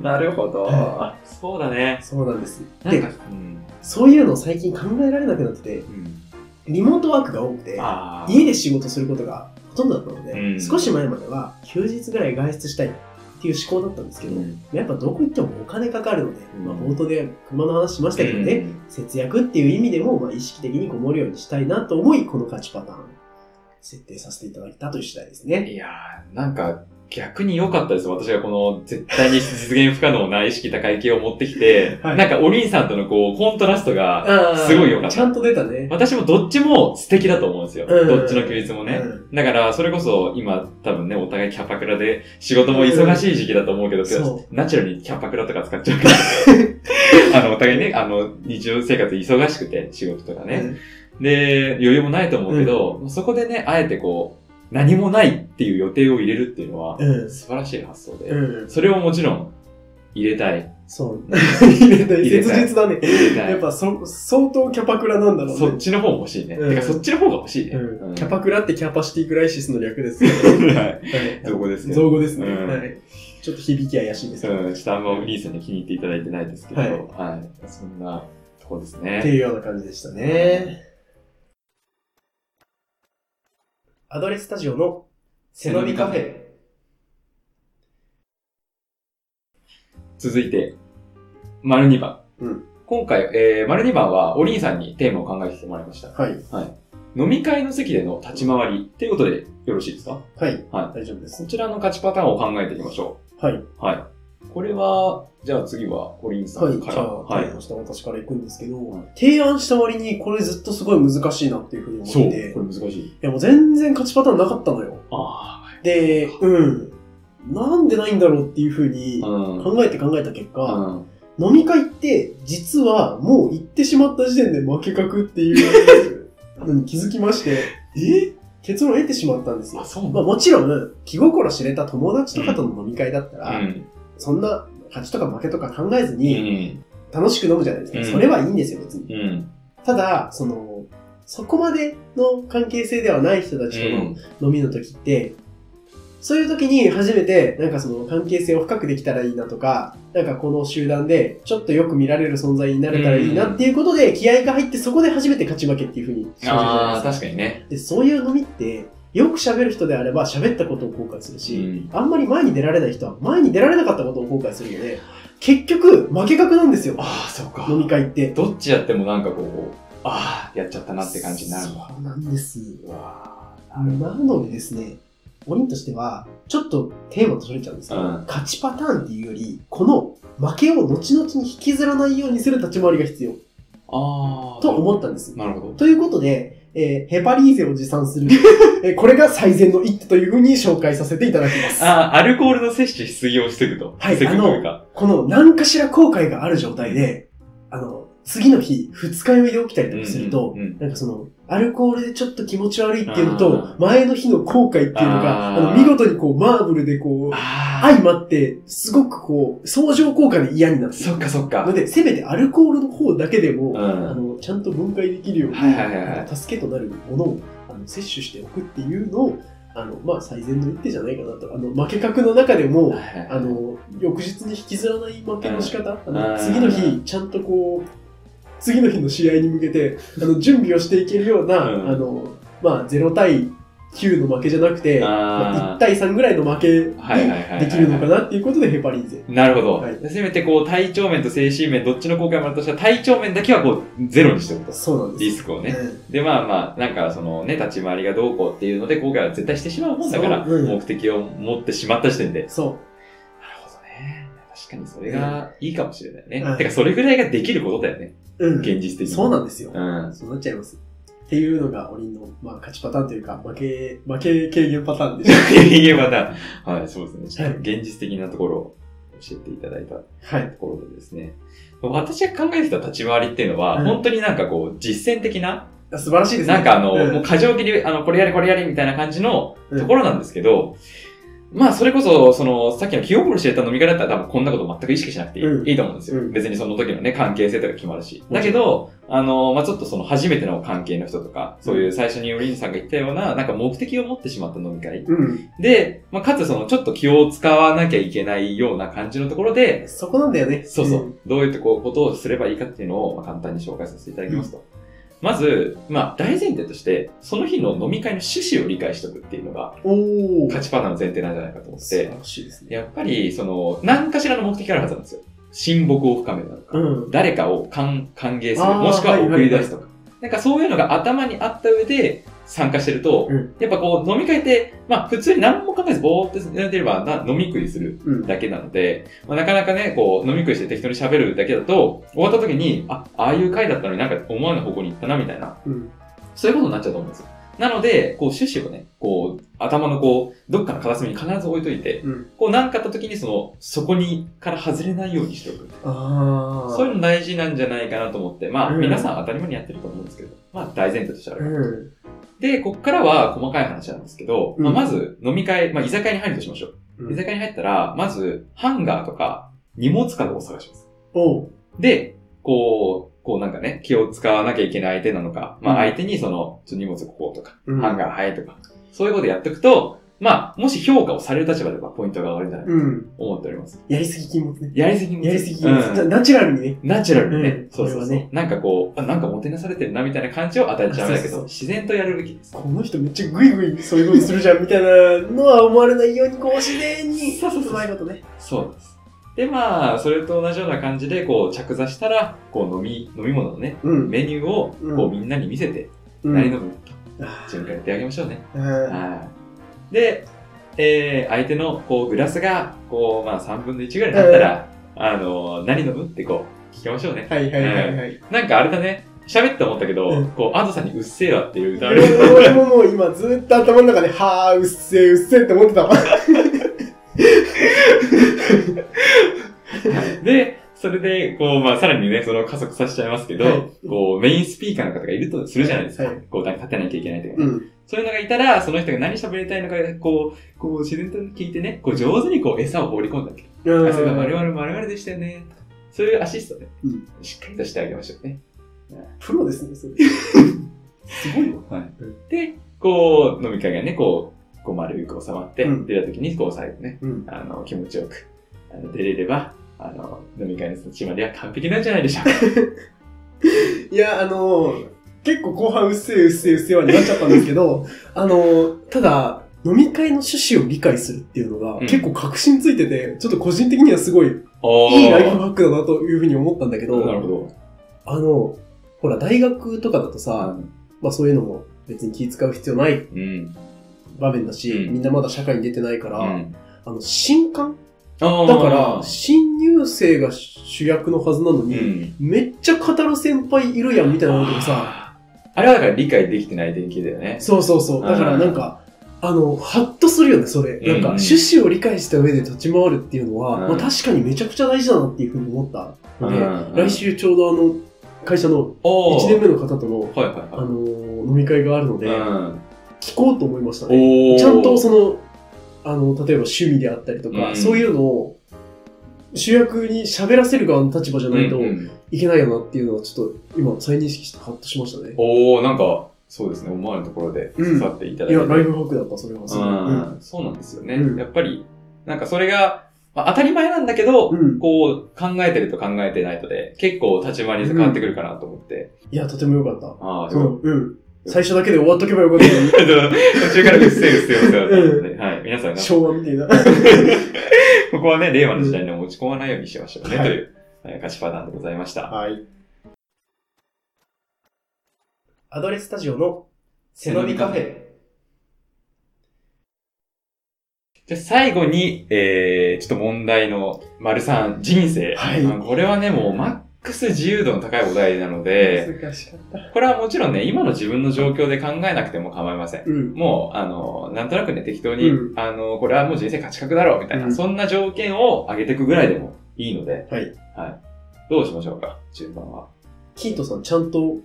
Speaker 2: なるほど
Speaker 1: は。
Speaker 2: そうだね。
Speaker 1: そうなんです。
Speaker 2: なんか
Speaker 1: で、、
Speaker 2: うん。
Speaker 1: そういうの最近考えられなくなってて、
Speaker 2: うん
Speaker 1: リモートワークが多くて、
Speaker 2: ああ。
Speaker 1: 家で仕事することがほとんどだったので、
Speaker 2: うん
Speaker 1: 少し前までは休日ぐらい外出したいっていう思考だったんですけど、やっぱどこ行ってもお金かかるので、
Speaker 2: うん
Speaker 1: まあ、冒頭で車の話しましたけどね、節約っていう意味でも、まあ、意識的にこもるようにしたいなと思い、この価値パターンを設定させていただいたという次第ですね。
Speaker 2: いやー、なんか、逆に良かったです。私がこの、絶対に実現不可能な意識高い系を持ってきて、
Speaker 1: はい
Speaker 2: なんか、おりんさんとのこう、コントラストが、
Speaker 1: あー
Speaker 2: すごい良かった
Speaker 1: ちゃんと出た ね。
Speaker 2: 私もどっちも素敵だと思うんですよ。
Speaker 1: うん
Speaker 2: どっちの休日もね。
Speaker 1: う
Speaker 2: だから、それこそ、今、多分ね、お互いキャパクラで、仕事も忙しい時期だと思うけど、
Speaker 1: んそ
Speaker 2: ナチュラルにキャパクラとか使っちゃ うから。あの、お互いね、あの、日常生活忙しくて、仕事とかね。で、余裕もないと思うけど、そこでね、あえてこう、何もないっていう予定を入れるっていうのは
Speaker 1: う、ん。
Speaker 2: 素晴らしい発想で、
Speaker 1: うん。
Speaker 2: それをもちろん、入れたい。
Speaker 1: そう。 入れたい。切実だね。
Speaker 2: 入れたい
Speaker 1: やっぱそ、相当キャパクラなんだろう
Speaker 2: そっ
Speaker 1: ね。
Speaker 2: ちの方も欲しいね。
Speaker 1: うん
Speaker 2: てか、そっちの方が欲しいね。
Speaker 1: うん、
Speaker 2: ん
Speaker 1: キャパクラってキャパシティクライシスの略ですよ、
Speaker 2: はい
Speaker 1: はい
Speaker 2: 造語ですね
Speaker 1: 造語ですね、
Speaker 2: うん
Speaker 1: はい。ちょっと響き怪しいですけど、っ
Speaker 2: うん、ちょっとあんまお兄さんに気に入っていただいてないですけど、
Speaker 1: は
Speaker 2: はいい。そんなとこです
Speaker 1: て
Speaker 2: ね。
Speaker 1: いうような感じでしたね。アドレススタジオの背伸びカフェ。
Speaker 2: 続いて、丸2番。
Speaker 1: うん
Speaker 2: 今回、えー、丸2番は、お兄さんにテーマを考えてきてもらいました。
Speaker 1: はい。
Speaker 2: 飲み会の席での立ち回りっていうことでよろしいですか
Speaker 1: はい。
Speaker 2: は
Speaker 1: 大丈夫で
Speaker 2: こ
Speaker 1: す。
Speaker 2: ちらの勝ちパターンを考えていきましょ
Speaker 1: はい。
Speaker 2: う。はい。これは、じゃあ次は、お兄さ
Speaker 1: はい。
Speaker 2: ん
Speaker 1: じ
Speaker 2: か
Speaker 1: ゃ
Speaker 2: ら。
Speaker 1: あ、
Speaker 2: はい。
Speaker 1: 提案した私から行くんですけど、
Speaker 2: はい
Speaker 1: 提案した割にこれずっとすごい難しいなっていうふうに思
Speaker 2: そう。
Speaker 1: っ
Speaker 2: こ
Speaker 1: て
Speaker 2: れ、難しい
Speaker 1: い。やもう全然勝ちパターンなかったのよ。
Speaker 2: あ
Speaker 1: で、うん。なんでないんだろうっていうふうに
Speaker 2: あ。うん。うん。
Speaker 1: 考えて考えた結果、飲み会って実はもう行ってしまった時点で負け格って いうのに気づきまして、え結論得てしまったんです
Speaker 2: あ、
Speaker 1: よ。
Speaker 2: そう
Speaker 1: ま
Speaker 2: な
Speaker 1: あ
Speaker 2: ん
Speaker 1: もちろん、気心知れた友達とかとの飲み会だったら、
Speaker 2: だ。うん。
Speaker 1: そんな勝ちとか負けとか考えず
Speaker 2: う
Speaker 1: に、
Speaker 2: ん。
Speaker 1: 楽しく飲むじゃないですか。
Speaker 2: うん
Speaker 1: それはいいんですよ、別に。
Speaker 2: うん。
Speaker 1: ただ、その、そこまでの関係性ではない人たちとの飲みの時って、そういう時に初めて、なんかその関係性を深くできたらいいなとか、なんかこの集団でちょっとよく見られる存在になれたらいいなっていうことで、気合が入ってそこで初めて勝ち負けっていう風に生じるじゃ
Speaker 2: ああ、
Speaker 1: ないで
Speaker 2: 確かにね。
Speaker 1: すか。で、そういう飲みって、よく喋る人であれば喋ったことを後悔する
Speaker 2: う
Speaker 1: し、
Speaker 2: ん。
Speaker 1: あんまり前に出られない人は前に出られなかったことを後悔するので、結局負け格なんですよ。
Speaker 2: ああ、そうか。
Speaker 1: 飲み会って。
Speaker 2: どっちやってもなんかこう、ああ、やっちゃったなって感じになるの
Speaker 1: そうなんです。
Speaker 2: うわーな
Speaker 1: な
Speaker 2: る
Speaker 1: のでですね、オリンとしては、ちょっとテーマとそれちゃうんですけど、
Speaker 2: うん
Speaker 1: 勝ちパターンっていうより、この負けを後々に引きずらないようにする立ち回りが必要
Speaker 2: ああ。
Speaker 1: と思ったんです。
Speaker 2: なるほど。
Speaker 1: ということで、えーヘパリーゼを持参する、 えーこれが最善の一手というふうに紹介させていただきます。
Speaker 2: ああ、アルコールの摂取しすぎを防ぐと。
Speaker 1: はい
Speaker 2: 防ぐというか。
Speaker 1: この何かしら後悔がある状態で、あの、次の日、二日酔いで起きたりとかすると、
Speaker 2: うんうんうん
Speaker 1: なんかその、アルコールでちょっと気持ち悪いっていうのと
Speaker 2: あ、ー
Speaker 1: 前の日の後悔っていうのが、
Speaker 2: あ
Speaker 1: あ
Speaker 2: ー
Speaker 1: の、見事にこう、マーブルでこう、
Speaker 2: あ
Speaker 1: 相まって、すごくこう、相乗効果で嫌になっ
Speaker 2: あ、
Speaker 1: て
Speaker 2: そっかそっか。
Speaker 1: ので、せめてアルコールの方だけでも、
Speaker 2: うん
Speaker 1: あの、ちゃんと分解できるように、
Speaker 2: はいはいはいはい
Speaker 1: 助けとなるものをあの摂取しておくっていうのを、あの、まあ、最善の一手じゃないかなと。あの、負け格の中でも、
Speaker 2: はいはい
Speaker 1: あの、翌日に引きずらない負けの仕方、
Speaker 2: うん
Speaker 1: あの
Speaker 2: うん
Speaker 1: 次の日、ちゃんとこう、次の日の試合に向けて、あの、準備をしていけるような、
Speaker 2: うん
Speaker 1: あの、まあ、0対9の負けじゃなくて、
Speaker 2: あー
Speaker 1: まあ1対3ぐらいの負けに
Speaker 2: はいはいはいはい
Speaker 1: できるのかなっていうことで、ヘパリーゼ。
Speaker 2: なるほど、
Speaker 1: はい
Speaker 2: せめてこう、体調面と精神面、どっちの効果もあるとしたら、体調面だけはこう、ゼロにしておくと。
Speaker 1: そうなんです。
Speaker 2: リスクをね。
Speaker 1: うん
Speaker 2: で、まあまあ、なんかそのね、立ち回りがどうこうっていうので、後悔は絶対してしまうもんだから、
Speaker 1: そううん
Speaker 2: 目的を持ってしまった時点で、
Speaker 1: そ
Speaker 2: なるほどね。確かにそれがいいかもしれないね。
Speaker 1: うん
Speaker 2: てか、それぐらいができることだよね。
Speaker 1: う。うん。
Speaker 2: 現実的に。
Speaker 1: そうなん
Speaker 2: で
Speaker 1: ですよ。
Speaker 2: うん。
Speaker 1: そうなっちゃいます。っていうのが、オリンの、まあ、勝ちパターンというか、負け、負け軽減パターンでし
Speaker 2: いやまた、はい、そうですね。ちょっと現実的なところを教えていただいたと
Speaker 1: た。はい。
Speaker 2: ころでですね。私が考えてた立ち回りっていうのは、
Speaker 1: うん
Speaker 2: 本当になんかこう、実践的な、
Speaker 1: あ素晴らしいですね。
Speaker 2: なんかあの、
Speaker 1: うん
Speaker 2: もう過剰切り、あの、これやれこれやれみたいな感じの
Speaker 1: うん
Speaker 2: ところなんですけど、まあ、それこそ、その、さっきの気心知れた飲み会だったら多分こんなこと全く意識しなくていい,、
Speaker 1: うん
Speaker 2: いいと思うんですよ、
Speaker 1: うん
Speaker 2: 別にその時のね、関係性とか決まるし。
Speaker 1: も
Speaker 2: だ
Speaker 1: ち
Speaker 2: け
Speaker 1: ろ
Speaker 2: ど、あの、まあ、ちょっとその初めての関係の人とか、そういう最初にウリンさんが言ったような、なんか目的を持ってしまった飲み会。
Speaker 1: うん。
Speaker 2: で、まあ、かつその、ちょっと気を使わなきゃいけないような感じのところで、
Speaker 1: そこなんだよね。
Speaker 2: そうそう。
Speaker 1: ん
Speaker 2: どういったこうことをすればいいかっていうのをまあ簡単に紹介させていただきますと。まず、まあ、大前提として、その日の飲み会の趣旨を理解しておくっていうのが、
Speaker 1: おお
Speaker 2: 勝ちパターンの前提なんじゃないかと思っ
Speaker 1: 素晴
Speaker 2: て、
Speaker 1: らしいですね。
Speaker 2: やっぱり、その、何かしらの目的があるはずなんですよ。親睦を深めるなのか、
Speaker 1: うん
Speaker 2: 誰かを歓歓迎する、
Speaker 1: あー
Speaker 2: もしくは送り出すとか、
Speaker 1: は
Speaker 2: なんかそういうのが頭にあった上で参加してると、
Speaker 1: うん
Speaker 2: やっぱこう、飲み会って、まあ、普通に何も考えず、ぼーっとやってればな、飲み食いする
Speaker 1: うん。
Speaker 2: だけなので、まあ、なかなかね、こう、飲み食いして適当に喋るだけだと、終わった時に、あ、ああいう回だったのになんか思わぬ方向に行ったな、みたいな、
Speaker 1: うん。
Speaker 2: そういうことになっちゃうと思うんですよ。なので、こう、趣旨をね、こう、頭のこう、どっかの片隅に必ず置いといて、
Speaker 1: うん
Speaker 2: こう、なんかあった時に、その、そこに、から外れないようにしておく。
Speaker 1: ああ。
Speaker 2: そういうの大事なんじゃないかなと思って、まあ、
Speaker 1: うん
Speaker 2: 皆さん当たり前にやってると思うんですけど、まあ、大前提としてある。
Speaker 1: うん。
Speaker 2: で、こっからは細かい話なんですけど、
Speaker 1: うん
Speaker 2: まあ、まず、飲み会、まあ、居酒屋に入るとしましょう。
Speaker 1: うん
Speaker 2: 居酒屋に入ったら、まず、ハンガーとか、荷物かごを探します。
Speaker 1: おう。
Speaker 2: で、こう、こうなんかね、気を使わなきゃいけない相手なのか、まあ
Speaker 1: うん
Speaker 2: 相手にその、ちょっと荷物こことか、
Speaker 1: うん
Speaker 2: ハンガー早いとか、そういうことやっておくと、まあ、もし評価をされる立場ではポイントが上がるんじゃないか
Speaker 1: う
Speaker 2: と
Speaker 1: ん。
Speaker 2: 思っております。
Speaker 1: やりすぎ禁物ね。
Speaker 2: やりすぎも
Speaker 1: やりすぎ禁物。
Speaker 2: うん
Speaker 1: ナチュラルにね。
Speaker 2: ナチュラルにね、
Speaker 1: うん
Speaker 2: そうそう
Speaker 1: こ
Speaker 2: そう、
Speaker 1: れはね
Speaker 2: なんかこう、あなんかもてなされてるなみたいな感じを与えちゃうんだけ
Speaker 1: そうそう
Speaker 2: ど、
Speaker 1: そう
Speaker 2: 自然とやるべきです。
Speaker 1: この人めっちゃグイグイそういうことするじゃんみたいなのは思われないようにこう自然に。
Speaker 2: そうそうそう
Speaker 1: まいことね。
Speaker 2: そうです。で、まあ、それと同じような感じで、こう、着座したら、こう、飲み、飲み物のね、
Speaker 1: うん。
Speaker 2: メニューを、こ
Speaker 1: うん
Speaker 2: う、みんなに見せて、
Speaker 1: うん
Speaker 2: 何飲む
Speaker 1: あ
Speaker 2: 自分からやってあげましょうね。
Speaker 1: ー
Speaker 2: はい。で、えー相手の、こう、グラスが、こう、まあ、3分の1ぐらいになったら、あの、何飲むってこう、聞きましょうね。
Speaker 1: はいはいはいはい。
Speaker 2: なんかあれだね、喋って思ったけど、
Speaker 1: うん
Speaker 2: こう、アドさんにうっせえわっていう歌ある。
Speaker 1: 俺ももう今ずっと頭の中で、はあ、うっせえ、うっせえって思ってたわ。
Speaker 2: で、それで、こう、まあ、さらにね、その加速させちゃいますけど、
Speaker 1: はい
Speaker 2: こう、メインスピーカーの方がいるとするじゃないですか。
Speaker 1: はい
Speaker 2: こう、なんか立てなきゃいけないとかね、
Speaker 1: うん。
Speaker 2: そういうのがいたら、その人が何喋りたいのか、こう、こう、自然と聞いてね、こう、上手にこう、餌を放り込んだり
Speaker 1: う
Speaker 2: あ、
Speaker 1: ん
Speaker 2: それが我々も我々でしたよね。そういうアシストね、
Speaker 1: うん
Speaker 2: しっかりとしてあげましょうね。
Speaker 1: プロですね、それ。すごいわ。
Speaker 2: はい
Speaker 1: うん
Speaker 2: で、こう、飲み会がね、こう、こう丸く収まって、
Speaker 1: うん
Speaker 2: 出た時に、こう、最後ね、
Speaker 1: うん。
Speaker 2: あの、気持ちよく、あの出れれば、あの、飲み会の立場では完璧なんじゃないで しょうか。
Speaker 1: いや、あのー結構後半うっせえ、うっせえ、うっせえはになっちゃったんですけど、 あのーただ、飲み会の趣旨を理解するっていうのが、
Speaker 2: ん
Speaker 1: 結構確信ついてて、ちょっと個人的にはすごい
Speaker 2: お
Speaker 1: いいライフハックだなというふうに思ったんだけど、
Speaker 2: なるほど。
Speaker 1: あの、ほら、大学とかだとさ、まあそういうのも別に気使う必要ない
Speaker 2: うん。
Speaker 1: 場面だし、
Speaker 2: うん
Speaker 1: みんなまだ社会に出てないから、
Speaker 2: うん
Speaker 1: あの、新刊
Speaker 2: あー
Speaker 1: だから、新入生が主役のはずなの
Speaker 2: う
Speaker 1: に、
Speaker 2: ん。
Speaker 1: めっちゃ語る先輩いるやんみたいなことがさ、
Speaker 2: あー、あれはだから理解できてない電気だよね。
Speaker 1: そうそうそう。だからなんか、あの、ハッとするよね、それ。なんか、
Speaker 2: うん
Speaker 1: 趣旨を理解した上で立ち回るっていうのは、
Speaker 2: う
Speaker 1: まあ
Speaker 2: ん
Speaker 1: 確かにめちゃくちゃ大事だなっていうふうに思ったので、
Speaker 2: うん
Speaker 1: 来週ちょうどあの、会社の
Speaker 2: お
Speaker 1: 1年目の方との、
Speaker 2: 目。はいはい
Speaker 1: あ
Speaker 2: は
Speaker 1: のー飲み会があるの
Speaker 2: い。
Speaker 1: で、
Speaker 2: うん
Speaker 1: 聞こうと思いましたね。
Speaker 2: おー
Speaker 1: ちゃんとその、あの、例えば趣味であったりとか、
Speaker 2: うん
Speaker 1: そういうのを、主役に喋らせる側の立場じゃないと
Speaker 2: うんうん
Speaker 1: いけないよなっていうのはちょっと今再認識してハッとしましたね。
Speaker 2: おおなんか、そうですね、思わぬところで
Speaker 1: うん
Speaker 2: 刺さっていただ
Speaker 1: い
Speaker 2: いて。
Speaker 1: や、ライフハックだった、それはすごい。うん
Speaker 2: うん、そうなんですよね。
Speaker 1: うん
Speaker 2: やっぱり、なんかそれが、まあ、当たり前なんだけど、
Speaker 1: うん
Speaker 2: こう、考えてると考えてないとで、結構立ち回り変わってくるかなと思って。
Speaker 1: いや、とても良かった。
Speaker 2: ああ、
Speaker 1: う
Speaker 2: そう。
Speaker 1: ん、うん。最初だけで終わっとけばよかったの に
Speaker 2: 途中からうっせえうっせえうっせえだったの で、はい。皆さんが、
Speaker 1: 昭和みたいな。
Speaker 2: ここはね、令和の時代には持ち込まないようにしましょうね、
Speaker 1: はい
Speaker 2: という、えー勝ちパターンでございました。
Speaker 1: はい。アドレススタジオの背
Speaker 2: 伸びカフェ。じゃあ最後に、えー、ちょっと問題の、丸さん、人生。
Speaker 1: はい
Speaker 2: あこれはね、もう、マックス自由度の高いお題なので、
Speaker 1: 難しかった。
Speaker 2: これはもちろんね、今の自分の状況で考えなくても構いません。
Speaker 1: うん。
Speaker 2: もう、あの、なんとなくね、適当に、
Speaker 1: う
Speaker 2: あの、これはもう人生価値格だろう、みたいな、
Speaker 1: うん
Speaker 2: そんな条件を上げていくぐらいでもいいので、
Speaker 1: はい。
Speaker 2: はい。どうしましょうか、順番は。
Speaker 1: キートさん、ちゃんと
Speaker 2: うん。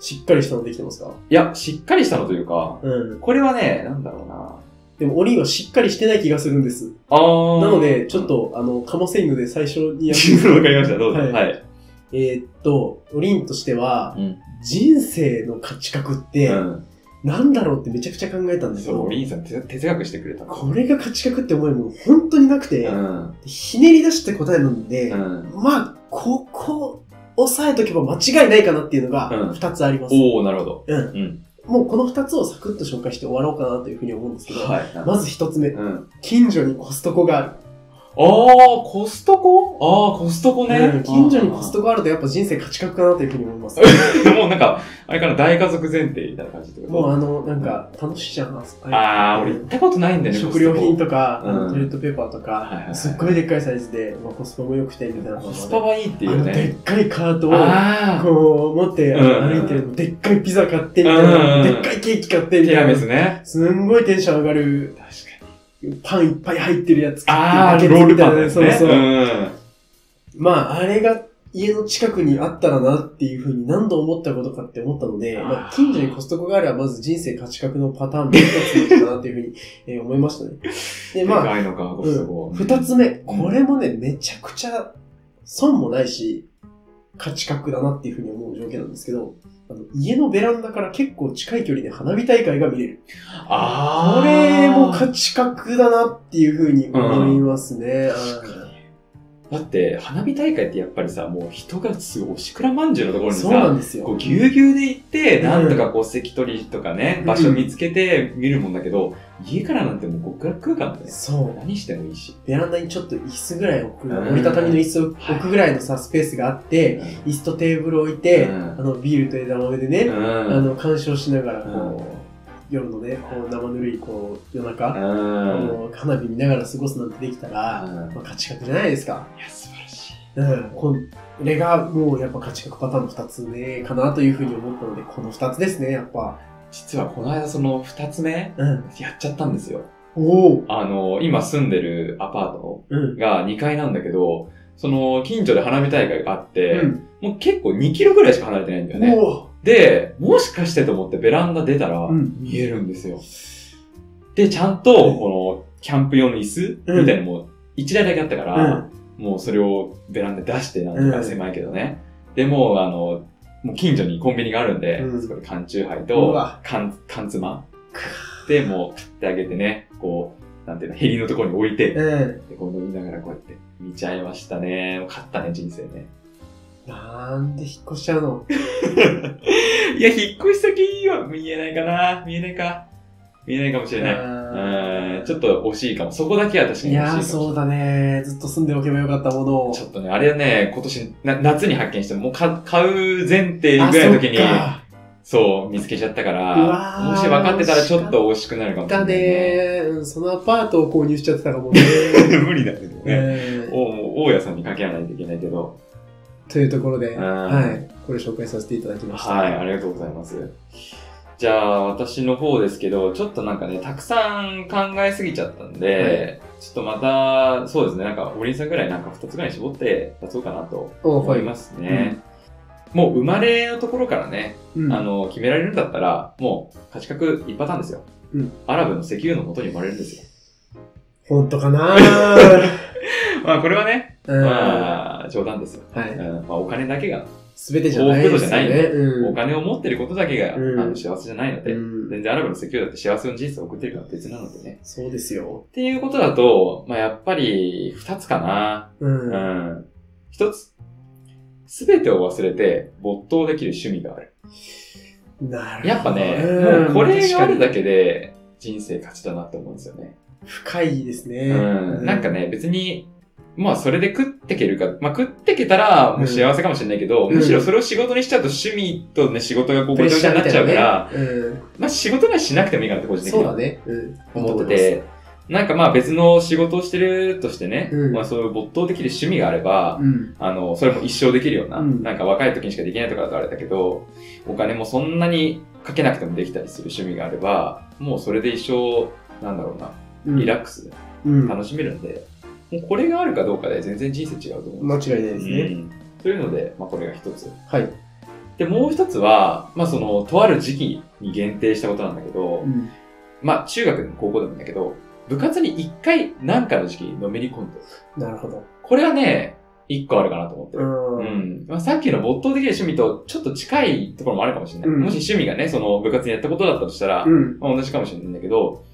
Speaker 1: しっかりしたのできてますか
Speaker 2: いや、しっかりしたのというか、
Speaker 1: うん。
Speaker 2: これはね、なんだろうな。
Speaker 1: でも、オリンはしっかりしてない気がするんです。
Speaker 2: あー
Speaker 1: なので、ちょっ、 と、あの、かませんので最初にや
Speaker 2: わかりました、どう ぞ。
Speaker 1: はい
Speaker 2: はい。
Speaker 1: えーっと、オリンとしては、
Speaker 2: うん
Speaker 1: 人生の価値観って、
Speaker 2: うん
Speaker 1: なんだろうってめちゃくちゃ考えたんです
Speaker 2: そう、
Speaker 1: よ。
Speaker 2: リンさんて哲学してくれたの。
Speaker 1: これが価値観って思いも本当になくて、
Speaker 2: うん。
Speaker 1: ひねり出して答えなんで、
Speaker 2: うん。
Speaker 1: まあ、ここ押さえとけば間違いないかなっていうの
Speaker 2: うん
Speaker 1: が2つあります。
Speaker 2: おおなるほど。
Speaker 1: うん
Speaker 2: うん。
Speaker 1: もうこの2つをサクッと紹介して終わろうかなというふうに思うんですけど、
Speaker 2: はい。
Speaker 1: まず1つ目、
Speaker 2: うん。
Speaker 1: 近所にコストコがある。
Speaker 2: あー、コストコあー、コストコ
Speaker 1: う
Speaker 2: ね
Speaker 1: ん。近所にコストコあるとやっぱ人生価値観かなというふうに思います。
Speaker 2: コ。 もうなんか、あれかな、大家族前提みたいな感じってこと
Speaker 1: もうあの、なんか楽しいじゃん、あそこ
Speaker 2: あー、俺行ったことないんだよね。
Speaker 1: 食料品とか、
Speaker 2: うん
Speaker 1: トイレットペーパーとか、
Speaker 2: はいはいはい
Speaker 1: すっごいでっかいサイズで、まあ、コスパも良くてみたいな
Speaker 2: コスパはいいってい
Speaker 1: あ
Speaker 2: う
Speaker 1: ので
Speaker 2: ね
Speaker 1: っ。かいカートを
Speaker 2: あー、
Speaker 1: こう持ってあの
Speaker 2: うん
Speaker 1: 歩いてるの、でっかいピザ買ってみたいな、
Speaker 2: うん
Speaker 1: でっかいケーキ買ってみ
Speaker 2: ティ
Speaker 1: た
Speaker 2: ラ
Speaker 1: い
Speaker 2: ミ
Speaker 1: な、
Speaker 2: スね。
Speaker 1: すんごいテンション上がる、
Speaker 2: 確かに。
Speaker 1: パンいっぱい入ってるやつ
Speaker 2: あ
Speaker 1: 買って
Speaker 2: ー、
Speaker 1: バケツ
Speaker 2: ロー
Speaker 1: み
Speaker 2: ル
Speaker 1: たいな
Speaker 2: パン
Speaker 1: ね
Speaker 2: ですね。
Speaker 1: そうそう、
Speaker 2: うん。
Speaker 1: まあ、あれが家の近くにあったらなっていうふうに何度思ったことかって思ったので、
Speaker 2: あー
Speaker 1: まあ、近所にコストコがあればまず人生価値観のパターンの一つなのかなっていうふうに、えー思いましたね。で、
Speaker 2: で
Speaker 1: まあ、
Speaker 2: かいのか、コストコ
Speaker 1: うん。二つ目。これもね、めちゃくちゃ損もないし、価値観だなっていうふうに思う条件なんですけど、あの家のベランダから結構近い距離で花火大会が見れる。
Speaker 2: あー。
Speaker 1: これも価値観だなっていうふうに思いますね。
Speaker 2: だって、花火大会ってやっぱりさ、もう人がすごい、おしくらまんじゅうのとこ
Speaker 1: う
Speaker 2: ろ
Speaker 1: ん
Speaker 2: に
Speaker 1: そうな
Speaker 2: さ、
Speaker 1: んですよ。
Speaker 2: こうぎゅうぎゅうで行って、
Speaker 1: うん
Speaker 2: なんとかこう関取りとかね、場所見つけて見るもんだけど、家からなんてもう極楽空間だね。
Speaker 1: そう。
Speaker 2: 何してもいいし。
Speaker 1: ベランダにちょっと椅子ぐらい置く、
Speaker 2: うん
Speaker 1: 折りたたみの椅子を置くぐらいのさ、スペースがあって、
Speaker 2: う
Speaker 1: 椅子とテーブルを置いて、
Speaker 2: うん
Speaker 1: あの、ビールと枝豆でね、あ
Speaker 2: ん。
Speaker 1: の、鑑賞しながら、こ
Speaker 2: う
Speaker 1: う、夜のね、こう、生ぬるい、こう、夜中、あ
Speaker 2: うん。
Speaker 1: の、花火見ながら過ごすなんてできたら、
Speaker 2: うん
Speaker 1: まあ、価値観じゃないですか。
Speaker 2: いや、素晴らしい。
Speaker 1: うん。これが、もう、やっぱ価値観パターンの2つ目かなというふうに思ったので、この2つですね、やっぱ。
Speaker 2: 実はこの間その二つ目、
Speaker 1: うん。
Speaker 2: やっちゃったんですよ。
Speaker 1: おお
Speaker 2: あの、今住んでるアパート
Speaker 1: うん。
Speaker 2: が2階なんだけど、その、近所で花火大会があって、
Speaker 1: うん。
Speaker 2: もう結構2キロぐらいしか離れてないんだよね。
Speaker 1: お
Speaker 2: で、もしかしてと思ってベランダ出たら
Speaker 1: うん
Speaker 2: 見えるんですよ。で、ちゃんと、この、キャンプ用の椅子みたいなのも1台だけあったから、もうそれをベランダ出して、なんと
Speaker 1: う
Speaker 2: か
Speaker 1: ん
Speaker 2: 狭いけどね。で、もうあの、もう近所にコンビニがあるんで、
Speaker 1: うん
Speaker 2: そこで缶チューハイ
Speaker 1: う
Speaker 2: と
Speaker 1: わ
Speaker 2: 缶、缶つま。で、もう買ってあげてね、こう、なんていうの、ヘリのところに置いて、
Speaker 1: うん。
Speaker 2: でこう飲みながらこうやって見ちゃいましたね。もう勝ったね、人生ね。
Speaker 1: なんで引っ越しちゃうの
Speaker 2: いや、引っ越し先は見えないかな。見えないか。見えないかもしれない。うん、ちょっと惜しいかも。そこだけは確か
Speaker 1: い
Speaker 2: に惜しいか
Speaker 1: やー
Speaker 2: もしれない。
Speaker 1: そうだねずっと住んでおけばよかったものを
Speaker 2: ちょっとね、あれはね、今年な、夏に発見して、もうか買う前提ぐらいの時に、
Speaker 1: あ
Speaker 2: そう、見つけちゃったか
Speaker 1: うわ
Speaker 2: ら、
Speaker 1: ー
Speaker 2: もし分かってたらちょっと惜しくなるか
Speaker 1: そっ
Speaker 2: も
Speaker 1: かだ
Speaker 2: しれない、
Speaker 1: ね
Speaker 2: ね。
Speaker 1: ーうんそのアパートを購入しちゃってたかもね
Speaker 2: 無理だけど ね。
Speaker 1: うん
Speaker 2: おもう大家さんに掛け合わないといけないけど。
Speaker 1: というところで、
Speaker 2: うん
Speaker 1: はい、これ紹介させていただきました、
Speaker 2: はい、ありがとうございます。じゃあ、私の方ですけど、ちょっとなんかね、たくさん考えすぎちゃったんで、ちょっとまた、そうですね、なんか、おりんさんぐらいなんか2つぐらい絞って出そうかなと
Speaker 1: お
Speaker 2: 思
Speaker 1: はいい、
Speaker 2: ますね。もう生まれのところからね、
Speaker 1: うん
Speaker 2: あの、決められるんだったら、もう価値格一パターンですよ。
Speaker 1: うん
Speaker 2: アラブの石油のもとに生まれるんですよ。
Speaker 1: 本当か なー、
Speaker 2: まあ、これはね、
Speaker 1: うんは
Speaker 2: まあ、冗談ですよ。うん
Speaker 1: い、
Speaker 2: まあ、お金だけが、
Speaker 1: 全てじゃないですよね
Speaker 2: 幸福度じゃない
Speaker 1: うん
Speaker 2: お金を持ってることだけが、あ
Speaker 1: うん
Speaker 2: の幸せじゃないので、
Speaker 1: うん
Speaker 2: 全然アラブの石油だって幸せの人生を送ってるから別なのでね。
Speaker 1: そうですよ、
Speaker 2: っていうことだと、まあ、やっぱり、二つかな。
Speaker 1: うん
Speaker 2: うん。一つ。すべてを忘れて没頭できる趣味がある。
Speaker 1: なるほど
Speaker 2: やっぱね、
Speaker 1: うん
Speaker 2: もうこれがあるだ
Speaker 1: 確か
Speaker 2: けで人生勝ちだなって思うんですよね。
Speaker 1: に深いですね、
Speaker 2: うん。なんかね、別に、まあそれで食ってけるか、まあ食ってけたらもう幸せかもしれないけど、
Speaker 1: うん
Speaker 2: むしろそれを仕事にしちゃうと趣味とね、仕事がこう
Speaker 1: プ
Speaker 2: ご
Speaker 1: レッ
Speaker 2: ちゃご
Speaker 1: シ
Speaker 2: ちゃ
Speaker 1: ャ
Speaker 2: に
Speaker 1: ー
Speaker 2: な
Speaker 1: み
Speaker 2: った
Speaker 1: い
Speaker 2: ちゃ
Speaker 1: な
Speaker 2: う
Speaker 1: ね
Speaker 2: から、
Speaker 1: うん
Speaker 2: まあ仕事にはしなくてもいいかなって個人的
Speaker 1: そう
Speaker 2: に
Speaker 1: だ
Speaker 2: は
Speaker 1: ね。うん
Speaker 2: 思って。て、なんかまあ別の仕事をしてるとしてね、
Speaker 1: うん
Speaker 2: まあそういう没頭できる趣味があれば、
Speaker 1: うん。
Speaker 2: あの、それも一生できるような、
Speaker 1: うん
Speaker 2: なんか若い時にしかできないとかだとあれだけど、お金もそんなにかけなくてもできたりする趣味があれば、もうそれで一生、なんだろうな、
Speaker 1: うん
Speaker 2: リラックス
Speaker 1: うん。間
Speaker 2: 楽しめるんで、もうこれがあるかどうかで全然人生違うと思うんで
Speaker 1: 違いないですす
Speaker 2: よ
Speaker 1: ね。
Speaker 2: うんというので、まあ、これが一つ。
Speaker 1: はい。
Speaker 2: で、もう一つは、まあ、その、とある時期に限定したことなんだけど、まあ、中学でも高校でもいいんだけど、部活に一回何かの時期にのめり込んでる。
Speaker 1: なるほど。
Speaker 2: これはね、一個あるかなと思ってる。う
Speaker 1: うん。
Speaker 2: ん。まあ、さっきの没頭できる趣味とちょっと近いところもあるかもしれない。
Speaker 1: うん
Speaker 2: もし趣味がね、その部活にやったことだったとしたら、
Speaker 1: うん。
Speaker 2: まあ、同じかもしれないんだけど、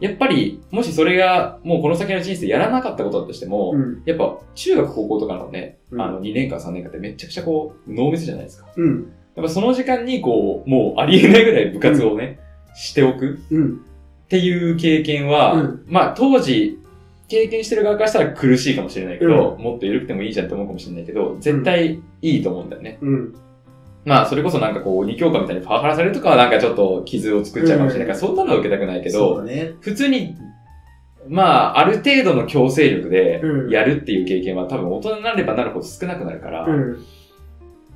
Speaker 2: やっぱり、もしそれが、もうこの先の人生やらなかったことだとしても、
Speaker 1: うん。
Speaker 2: やっぱ、中学、高校とかのね、
Speaker 1: うん
Speaker 2: あの、2年間、3年間ってめちゃくちゃこう、濃密じゃないですか。
Speaker 1: うん。
Speaker 2: やっぱその時間に、こう、もうありえないぐらい部活をね、しておく
Speaker 1: うん。
Speaker 2: っていう経験は、
Speaker 1: うん
Speaker 2: まあ、当時、経験してる側からしたら苦しいかもしれないけど、もっと緩くてもいいじゃんって思うかもしれないけど、絶対いいと思うんだよね。
Speaker 1: うん。
Speaker 2: まあ、それこそなんかこう、二教科みたいにパワハラされるとかはなんかちょっと傷を作っちゃうかもしれないから、そんなのは受けたくないけど、
Speaker 1: そうだね。
Speaker 2: 普通に、まあ、ある程度の強制力で
Speaker 1: うん
Speaker 2: やるっていう経験は多分大人になればなるほど少なくなるから、
Speaker 1: うん。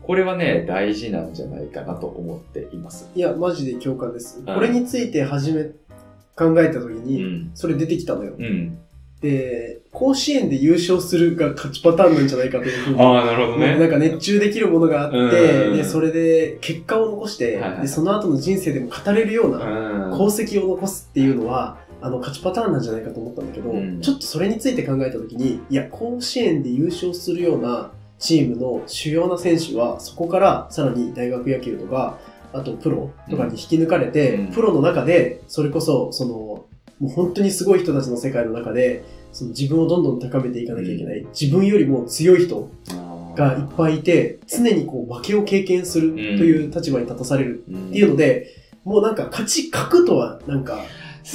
Speaker 2: これはね、大事なんじゃないかなと思っています。
Speaker 1: いや、マジで共感です。
Speaker 2: ん
Speaker 1: これについて初め、考えた時
Speaker 2: う
Speaker 1: に、
Speaker 2: ん。
Speaker 1: それ出てきたのよ。
Speaker 2: うん。
Speaker 1: で、甲子園で優勝するが勝ちパターンなんじゃないかというふうに。
Speaker 2: ああ、なるほどね。
Speaker 1: なんか熱中できるものがあって、
Speaker 2: うん
Speaker 1: で、それで結果を残して、
Speaker 2: はいはい
Speaker 1: で、その後の人生でも語れるような
Speaker 2: うん。
Speaker 1: 功績を残すっていうのは、あの、勝ちパターンなんじゃないかと思ったんだけど、
Speaker 2: うん
Speaker 1: ちょっとそれについて考えたときに、いや、甲子園で優勝するようなチームの主要な選手は、そこからさらに大学野球とか、あとプロとかに引き抜かれて、
Speaker 2: うん
Speaker 1: プロの中で、それこそ、その、もう本当にすごい人たちの世界の中で、その自分をどんどん高めていかなきゃいけない、自分よりも強い人がいっぱ
Speaker 2: い。
Speaker 1: いいて、常にこう負けを経験するという立場に立たされる
Speaker 2: うん
Speaker 1: っていうので、もうなんか勝ち格とはなんか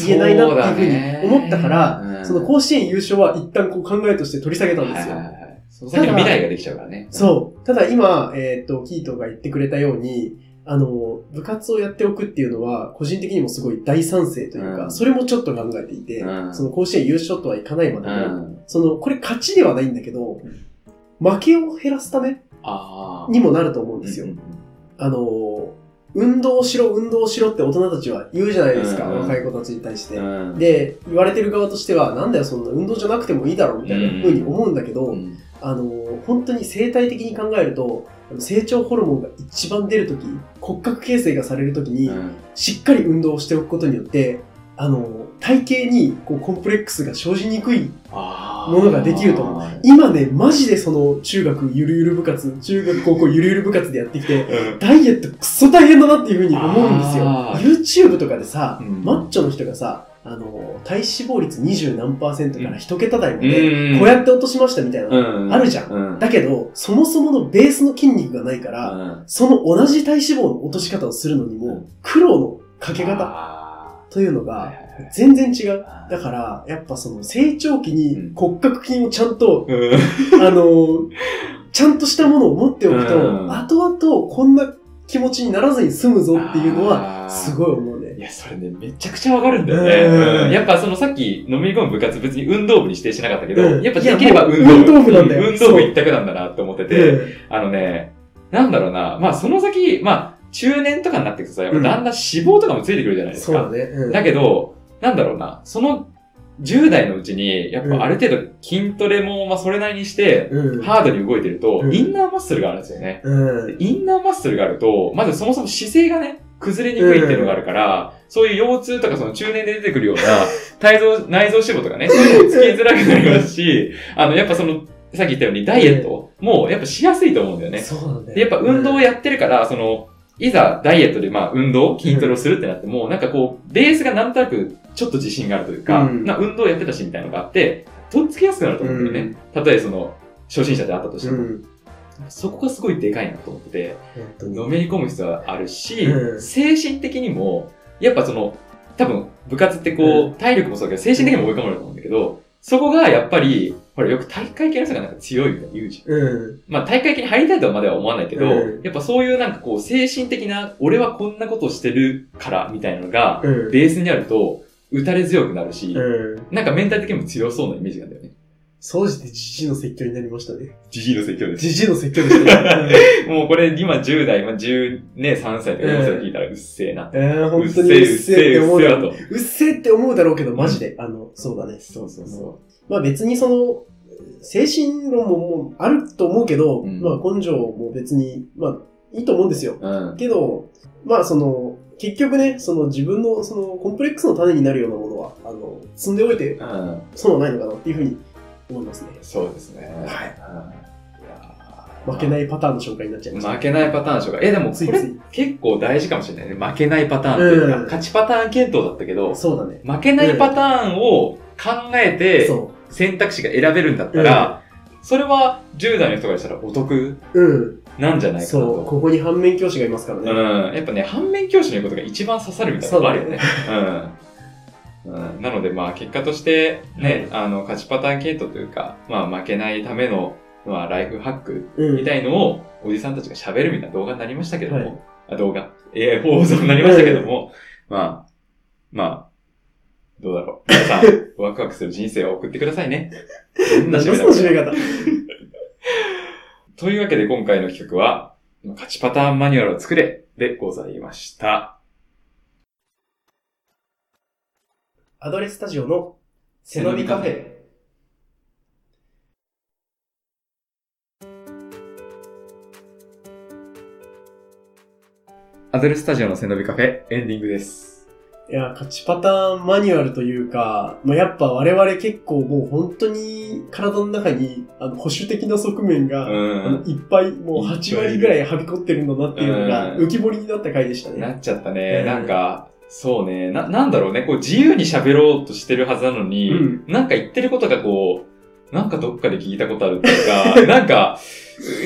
Speaker 1: 言えないなっていうふうに思ったから、そ,、の
Speaker 2: う
Speaker 1: 甲子園優勝は一旦こう考えとして取り下げた
Speaker 2: だ
Speaker 1: ん
Speaker 2: ね
Speaker 1: ですよ。
Speaker 2: はいはいはい。その先の未来ができちゃうからね。
Speaker 1: そう。ただ今、えーっと、キートが言ってくれたように、あの、部活をやっておくっていうのは、個人的にもすごい大賛成というか、
Speaker 2: うん
Speaker 1: それもちょっと考えていて、
Speaker 2: うん
Speaker 1: その甲子園優勝とはいかないま
Speaker 2: う
Speaker 1: で
Speaker 2: ん。
Speaker 1: も、その、これ勝ちではないんだけど、負けを減らすため
Speaker 2: ああ。
Speaker 1: にもなると思うんですよ。
Speaker 2: うん
Speaker 1: あのー、運動しろ、運動しろって大人たちは言うじゃないですか、
Speaker 2: うんうん
Speaker 1: 若い子たちに対して。
Speaker 2: うんうん、
Speaker 1: で、言われてる側としては、なんだよ、そんな運動じゃなくてもいいだろ、みたいな風に思うんだけど、
Speaker 2: うん
Speaker 1: あのー、本当に生態的に考えると、あの成長ホルモンが一番出るとき、骨格形成がされるときに、
Speaker 2: うん
Speaker 1: しっかり運動をしておくことによって、あのー、体型にこうコンプレックスが生じにくい
Speaker 2: あー
Speaker 1: ものができると思今ね、マジでその中学ゆるゆる部活、中学高校ゆるゆる部活でやってきて、
Speaker 2: うん
Speaker 1: ダイエットクソ大変だなっていうふうに思うんですよ。
Speaker 2: あ
Speaker 1: YouTube とかでさ、
Speaker 2: うん
Speaker 1: マッチョの人がさ、あの、体脂肪率20何パーセントから一桁台ま
Speaker 2: うんう
Speaker 1: で、
Speaker 2: ん
Speaker 1: こうやって落としましたみたいな。
Speaker 2: う
Speaker 1: あるじゃん
Speaker 2: うん。
Speaker 1: だけど、そもそものベースの筋肉がないから、
Speaker 2: ら、
Speaker 1: その同じ体脂肪の落とし方をするのに
Speaker 2: う
Speaker 1: も
Speaker 2: ん、
Speaker 1: 苦労のかけ方
Speaker 2: 方
Speaker 1: というの
Speaker 2: が
Speaker 1: が、全然違う。だ
Speaker 2: ら、
Speaker 1: から、やっぱその成長期
Speaker 2: う
Speaker 1: に
Speaker 2: ん
Speaker 1: 骨格筋をちゃんと
Speaker 2: うん
Speaker 1: あの、ちゃんとしたものを持っておくと、
Speaker 2: うん
Speaker 1: 後々こんな気持ちにならずに済むぞっていうのは、
Speaker 2: あー
Speaker 1: すごい思うね。
Speaker 2: いや、それね、めちゃくちゃわかるんだ
Speaker 1: う
Speaker 2: よ
Speaker 1: ん
Speaker 2: ねうん。やっぱそのさっき飲み込む部活別に運動部に指定してなかったけど、
Speaker 1: うん
Speaker 2: やっぱできれば運動
Speaker 1: いやもう運動部なんだよ
Speaker 2: う運動部一択なんだなって思ってて、あのね、なんだろうな、まあその先、まあ中年とかになってくとさ、やっぱだんだん脂肪とかもついてくるじゃない
Speaker 1: うん
Speaker 2: です
Speaker 1: そう
Speaker 2: か
Speaker 1: だ。ね。うん
Speaker 2: だけど、なんだろうな、その10代のうちに、やっぱある程度筋トレも、まあそれなりにして、
Speaker 1: うん。
Speaker 2: ハードに動いてると
Speaker 1: う、ん
Speaker 2: インナーマッスルがあるんですよね。
Speaker 1: うん。
Speaker 2: インナーマッスルがあると、まずそもそも姿勢がね、崩れにくいっていうのがあるから、そういう腰痛とかその中年で出てくるような、 体臓、内臓脂肪とかね、そういうのもつきづらくなりますし、あの、やっぱその、さっき言ったようにダイエットもやっぱしやすいと思うんだよね。
Speaker 1: そうなんだよ。
Speaker 2: でやっぱ運動をやってるから、その、いざダイエットでまあ運動、筋トレをするってなっても、なんかこう、ベースがなんとなくちょっと自信があるというか、
Speaker 1: うん
Speaker 2: な運動やってたしみたいなのがあって、とっつきやすくなると思うんだよね。たとえその、初心者であったとして
Speaker 1: う
Speaker 2: も、
Speaker 1: ん。
Speaker 2: そこがすごいでかいなと思ってて、
Speaker 1: 本当に。
Speaker 2: のめり込む必要はあるし、
Speaker 1: うん
Speaker 2: 精神的にも、やっぱその、多分部活ってこう、体力もそうだけど、精神的にも追い込まれると思うんだけど、そこがやっぱり、ほら、よく体育会系の人がなんか強いみたいな言うじゃん。
Speaker 1: うん。
Speaker 2: まあ、体育会系に入りたいとはまでは思わないけど、
Speaker 1: うん
Speaker 2: やっぱそういうなんかこう、精神的な、俺はこんなことしてるから、みたいなのが、
Speaker 1: うん。
Speaker 2: ベースにあると、打たれ強くなるし、
Speaker 1: うん。
Speaker 2: なんかメンタル的にも強そうなイメージなんだよね。
Speaker 1: 総じてじじいの説教になりましたね。
Speaker 2: ジジイの説教です。
Speaker 1: じじいの説教でしたね。
Speaker 2: もうこれ、今10代、まあ10ね、3歳とか4歳聞いたらうっせえな。
Speaker 1: えー、
Speaker 2: うっ
Speaker 1: 本
Speaker 2: せ
Speaker 1: 当に
Speaker 2: え、う
Speaker 1: う
Speaker 2: っ
Speaker 1: っせ
Speaker 2: せ
Speaker 1: えっ
Speaker 2: え、
Speaker 1: て思
Speaker 2: うっ
Speaker 1: うだ
Speaker 2: せえだ
Speaker 1: ろう。
Speaker 2: と。
Speaker 1: うっせえって思うだろうけど、マジで。あの、そうだね。
Speaker 2: そうそうそ
Speaker 1: まあ別にその、精神論ももうあると思うけど、
Speaker 2: うん
Speaker 1: まあ根性も別に、まあいいと思うんですよ。
Speaker 2: う。うん。
Speaker 1: けど、まあその、結局ね、その自分のそのコンプレックスの種になるようなものは、あの、積んでおいて
Speaker 2: うん。
Speaker 1: 損はないのかなっていうふうに思いますね。
Speaker 2: そうですね。
Speaker 1: はい
Speaker 2: うんいや
Speaker 1: 負けないパターンの紹介になっちゃいました。
Speaker 2: 負けないパターンでしょうか。え、でも、
Speaker 1: つ
Speaker 2: こ
Speaker 1: い
Speaker 2: れ
Speaker 1: つい。
Speaker 2: 結構大事かもしれないね。負けないパターンっていうか、
Speaker 1: うん
Speaker 2: 勝ちパターン検討だったけど、
Speaker 1: そうだね。
Speaker 2: 負けないパターンを考えて、
Speaker 1: そ
Speaker 2: 選択肢が選べるんだったら、それは10代の人がしたらお得
Speaker 1: う。うん。
Speaker 2: なんじゃないかな
Speaker 1: そう。
Speaker 2: と。
Speaker 1: ここに反面教師がいますから
Speaker 2: う
Speaker 1: ね。
Speaker 2: ん、やっぱね、反面教師の言うことが一番刺さるみたいなのがあるよね。うんうん、なので、まあ、結果として、ね、あの、勝ちパターン系統というか、まあ、負けないための、まあ、ライフハック
Speaker 1: うん。
Speaker 2: みたいのを、おじさんたちが喋るみたいな動画になりましたけども、
Speaker 1: はい
Speaker 2: あ動画、えー、放送になりましたけども、まあ、まあ、どうだろう。皆さん、ワクワクする人生を送ってくださいね。どんな
Speaker 1: 何
Speaker 2: 締
Speaker 1: のその
Speaker 2: めだろ
Speaker 1: 締
Speaker 2: う
Speaker 1: め方
Speaker 2: というわけで今回の企画は、勝ちパターンマニュアルを作れでございました。
Speaker 1: アドレススタジオの背伸びカフェ。
Speaker 2: アドレススタジオの背伸びカフェ、エンディングです。
Speaker 1: いや、勝ちパターンマニュアルというか、まあ、やっぱ我々結構もう本当に体の中にあの保守的な側面
Speaker 2: う
Speaker 1: が、あの
Speaker 2: ん。
Speaker 1: いっぱい、もう
Speaker 2: いっぱい
Speaker 1: 8割ぐらいはびこってるんだなっていうのが
Speaker 2: うん
Speaker 1: 浮き彫りになった回でした
Speaker 2: な
Speaker 1: ね。
Speaker 2: っちゃった
Speaker 1: う
Speaker 2: ね。
Speaker 1: ん
Speaker 2: なんか、そうね。な、なんだろうね。こう自由に喋ろうとしてるはずなのに、
Speaker 1: うん
Speaker 2: なんか言ってることがこう、なんかどっかで聞いたことあるっていうか、 なんか、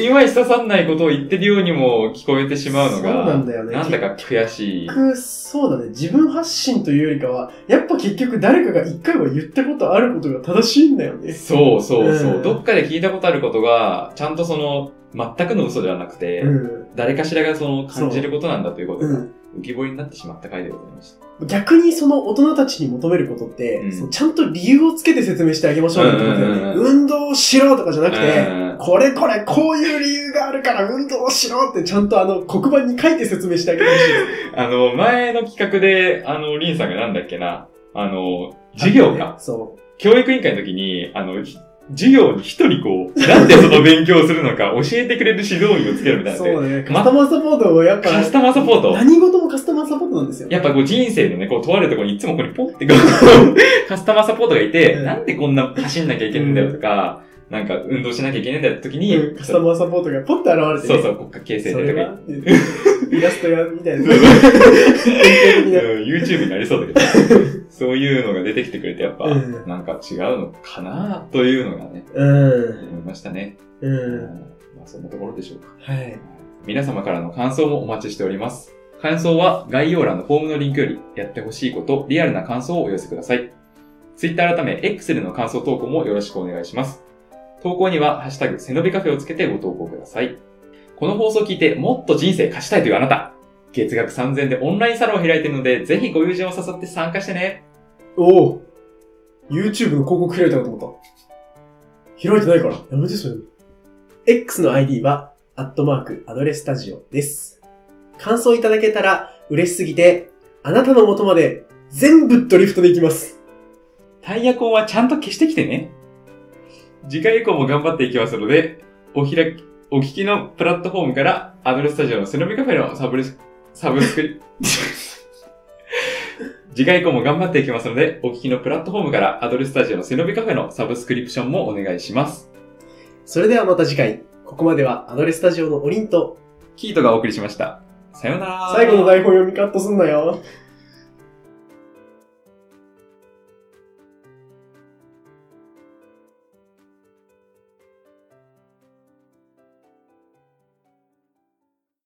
Speaker 2: いまいち刺さんないことを言ってるようにも聞こえてしまうのが、
Speaker 1: そうなんだよね
Speaker 2: なんだか悔しい。
Speaker 1: 僕、そうだね。自分発信というよりかは、やっぱ結局誰かが一回は言ったことあることが正しいんだよね。
Speaker 2: そうそうそう、
Speaker 1: うん
Speaker 2: どっかで聞いたことあることが、ちゃんとその、全くの嘘ではなくて、
Speaker 1: うん。
Speaker 2: 誰かしらがその感じることなんだということ
Speaker 1: う
Speaker 2: が
Speaker 1: ん。
Speaker 2: 浮き彫りになってしまった回でございました。
Speaker 1: 逆にその大人たちに求めることって、
Speaker 2: うん
Speaker 1: そのちゃんと理由をつけて説明してあげましょうよってことだよね。
Speaker 2: うんうんう
Speaker 1: 運動をしろとかじゃなくて、
Speaker 2: うん
Speaker 1: これこれこういう理由があるから運動をしろってちゃんとあの黒板に書いて説明してあげてほしいです。
Speaker 2: あの、前の企画で、あの、リンさんがなんだっけな、あの、授業か、
Speaker 1: そう。
Speaker 2: 教育委員会の時に、あの、ひ授業に一人こう、なんでその勉強をするのか教えてくれる指導員をつけるみたいな
Speaker 1: そ
Speaker 2: んで
Speaker 1: うね。カス
Speaker 2: ま
Speaker 1: タマーサポートをやっぱ、
Speaker 2: カスタマーサポート。
Speaker 1: 何事もカスタマーサポートなんですよ。
Speaker 2: やっぱこう人生のね、こう問われるところにいつもここにポッてこう カスタマーサポートがいて、
Speaker 1: うん
Speaker 2: なんでこんな走んなきゃいけないんだよとか、なんか運動しなきゃいけないんだよって時に、
Speaker 1: うんカスタマーサポートがポッて現れて
Speaker 2: そう
Speaker 1: ね。
Speaker 2: そう、国家形成
Speaker 1: そ
Speaker 2: でと
Speaker 1: れ
Speaker 2: か言
Speaker 1: が
Speaker 2: って、
Speaker 1: イラストがみたいな。
Speaker 2: そう
Speaker 1: 典型的な
Speaker 2: うん YouTube になりそうだけ ど、そういうのが出てきてくれて、やっぱ、
Speaker 1: うん
Speaker 2: なんか違うのかなというのがね、
Speaker 1: うん。
Speaker 2: 思いましたね。
Speaker 1: うん。
Speaker 2: まあ、そんなところでしょうか。
Speaker 1: はい。
Speaker 2: 皆様からの感想もお待ちしております。感想は概要欄のフォームのリンクよりやってほしいこと、リアルな感想をお寄せください。Twitter 改め X での感想投稿もよろしくお願いします。投稿にはハッシュタグ背伸びカフェをつけてご投稿ください。この放送を聞いてもっと人生貸したいというあなた、月額3000でオンラインサロンを開いているので、ぜひご友人を誘って参加してね。
Speaker 1: おお YouTube の広告開いたかと思った。開いてないから。やめてそれ。X の ID は、アットマーク、アドレスタジオです。感想いただけたら嬉しすぎて、あなたの元まで全部ドリフトでいきます。
Speaker 2: タイヤ痕はちゃんと消してきてね。次回以降も頑張っていきますので、お開き、お聞きのプラットフォームから、アドレススタジオの背伸びカフェのサブレス、サブスク リ、次回以降も頑張っていきますので、お聞きのプラットフォームから、アドレススタジオの背伸びカフェのサブスクリプションもお願いします。
Speaker 1: それではまた次回。ここまではアドレススタジオのオリンと、
Speaker 2: キートがお送りしました。さようなら。
Speaker 1: 最後の台本読みカットすんなよ。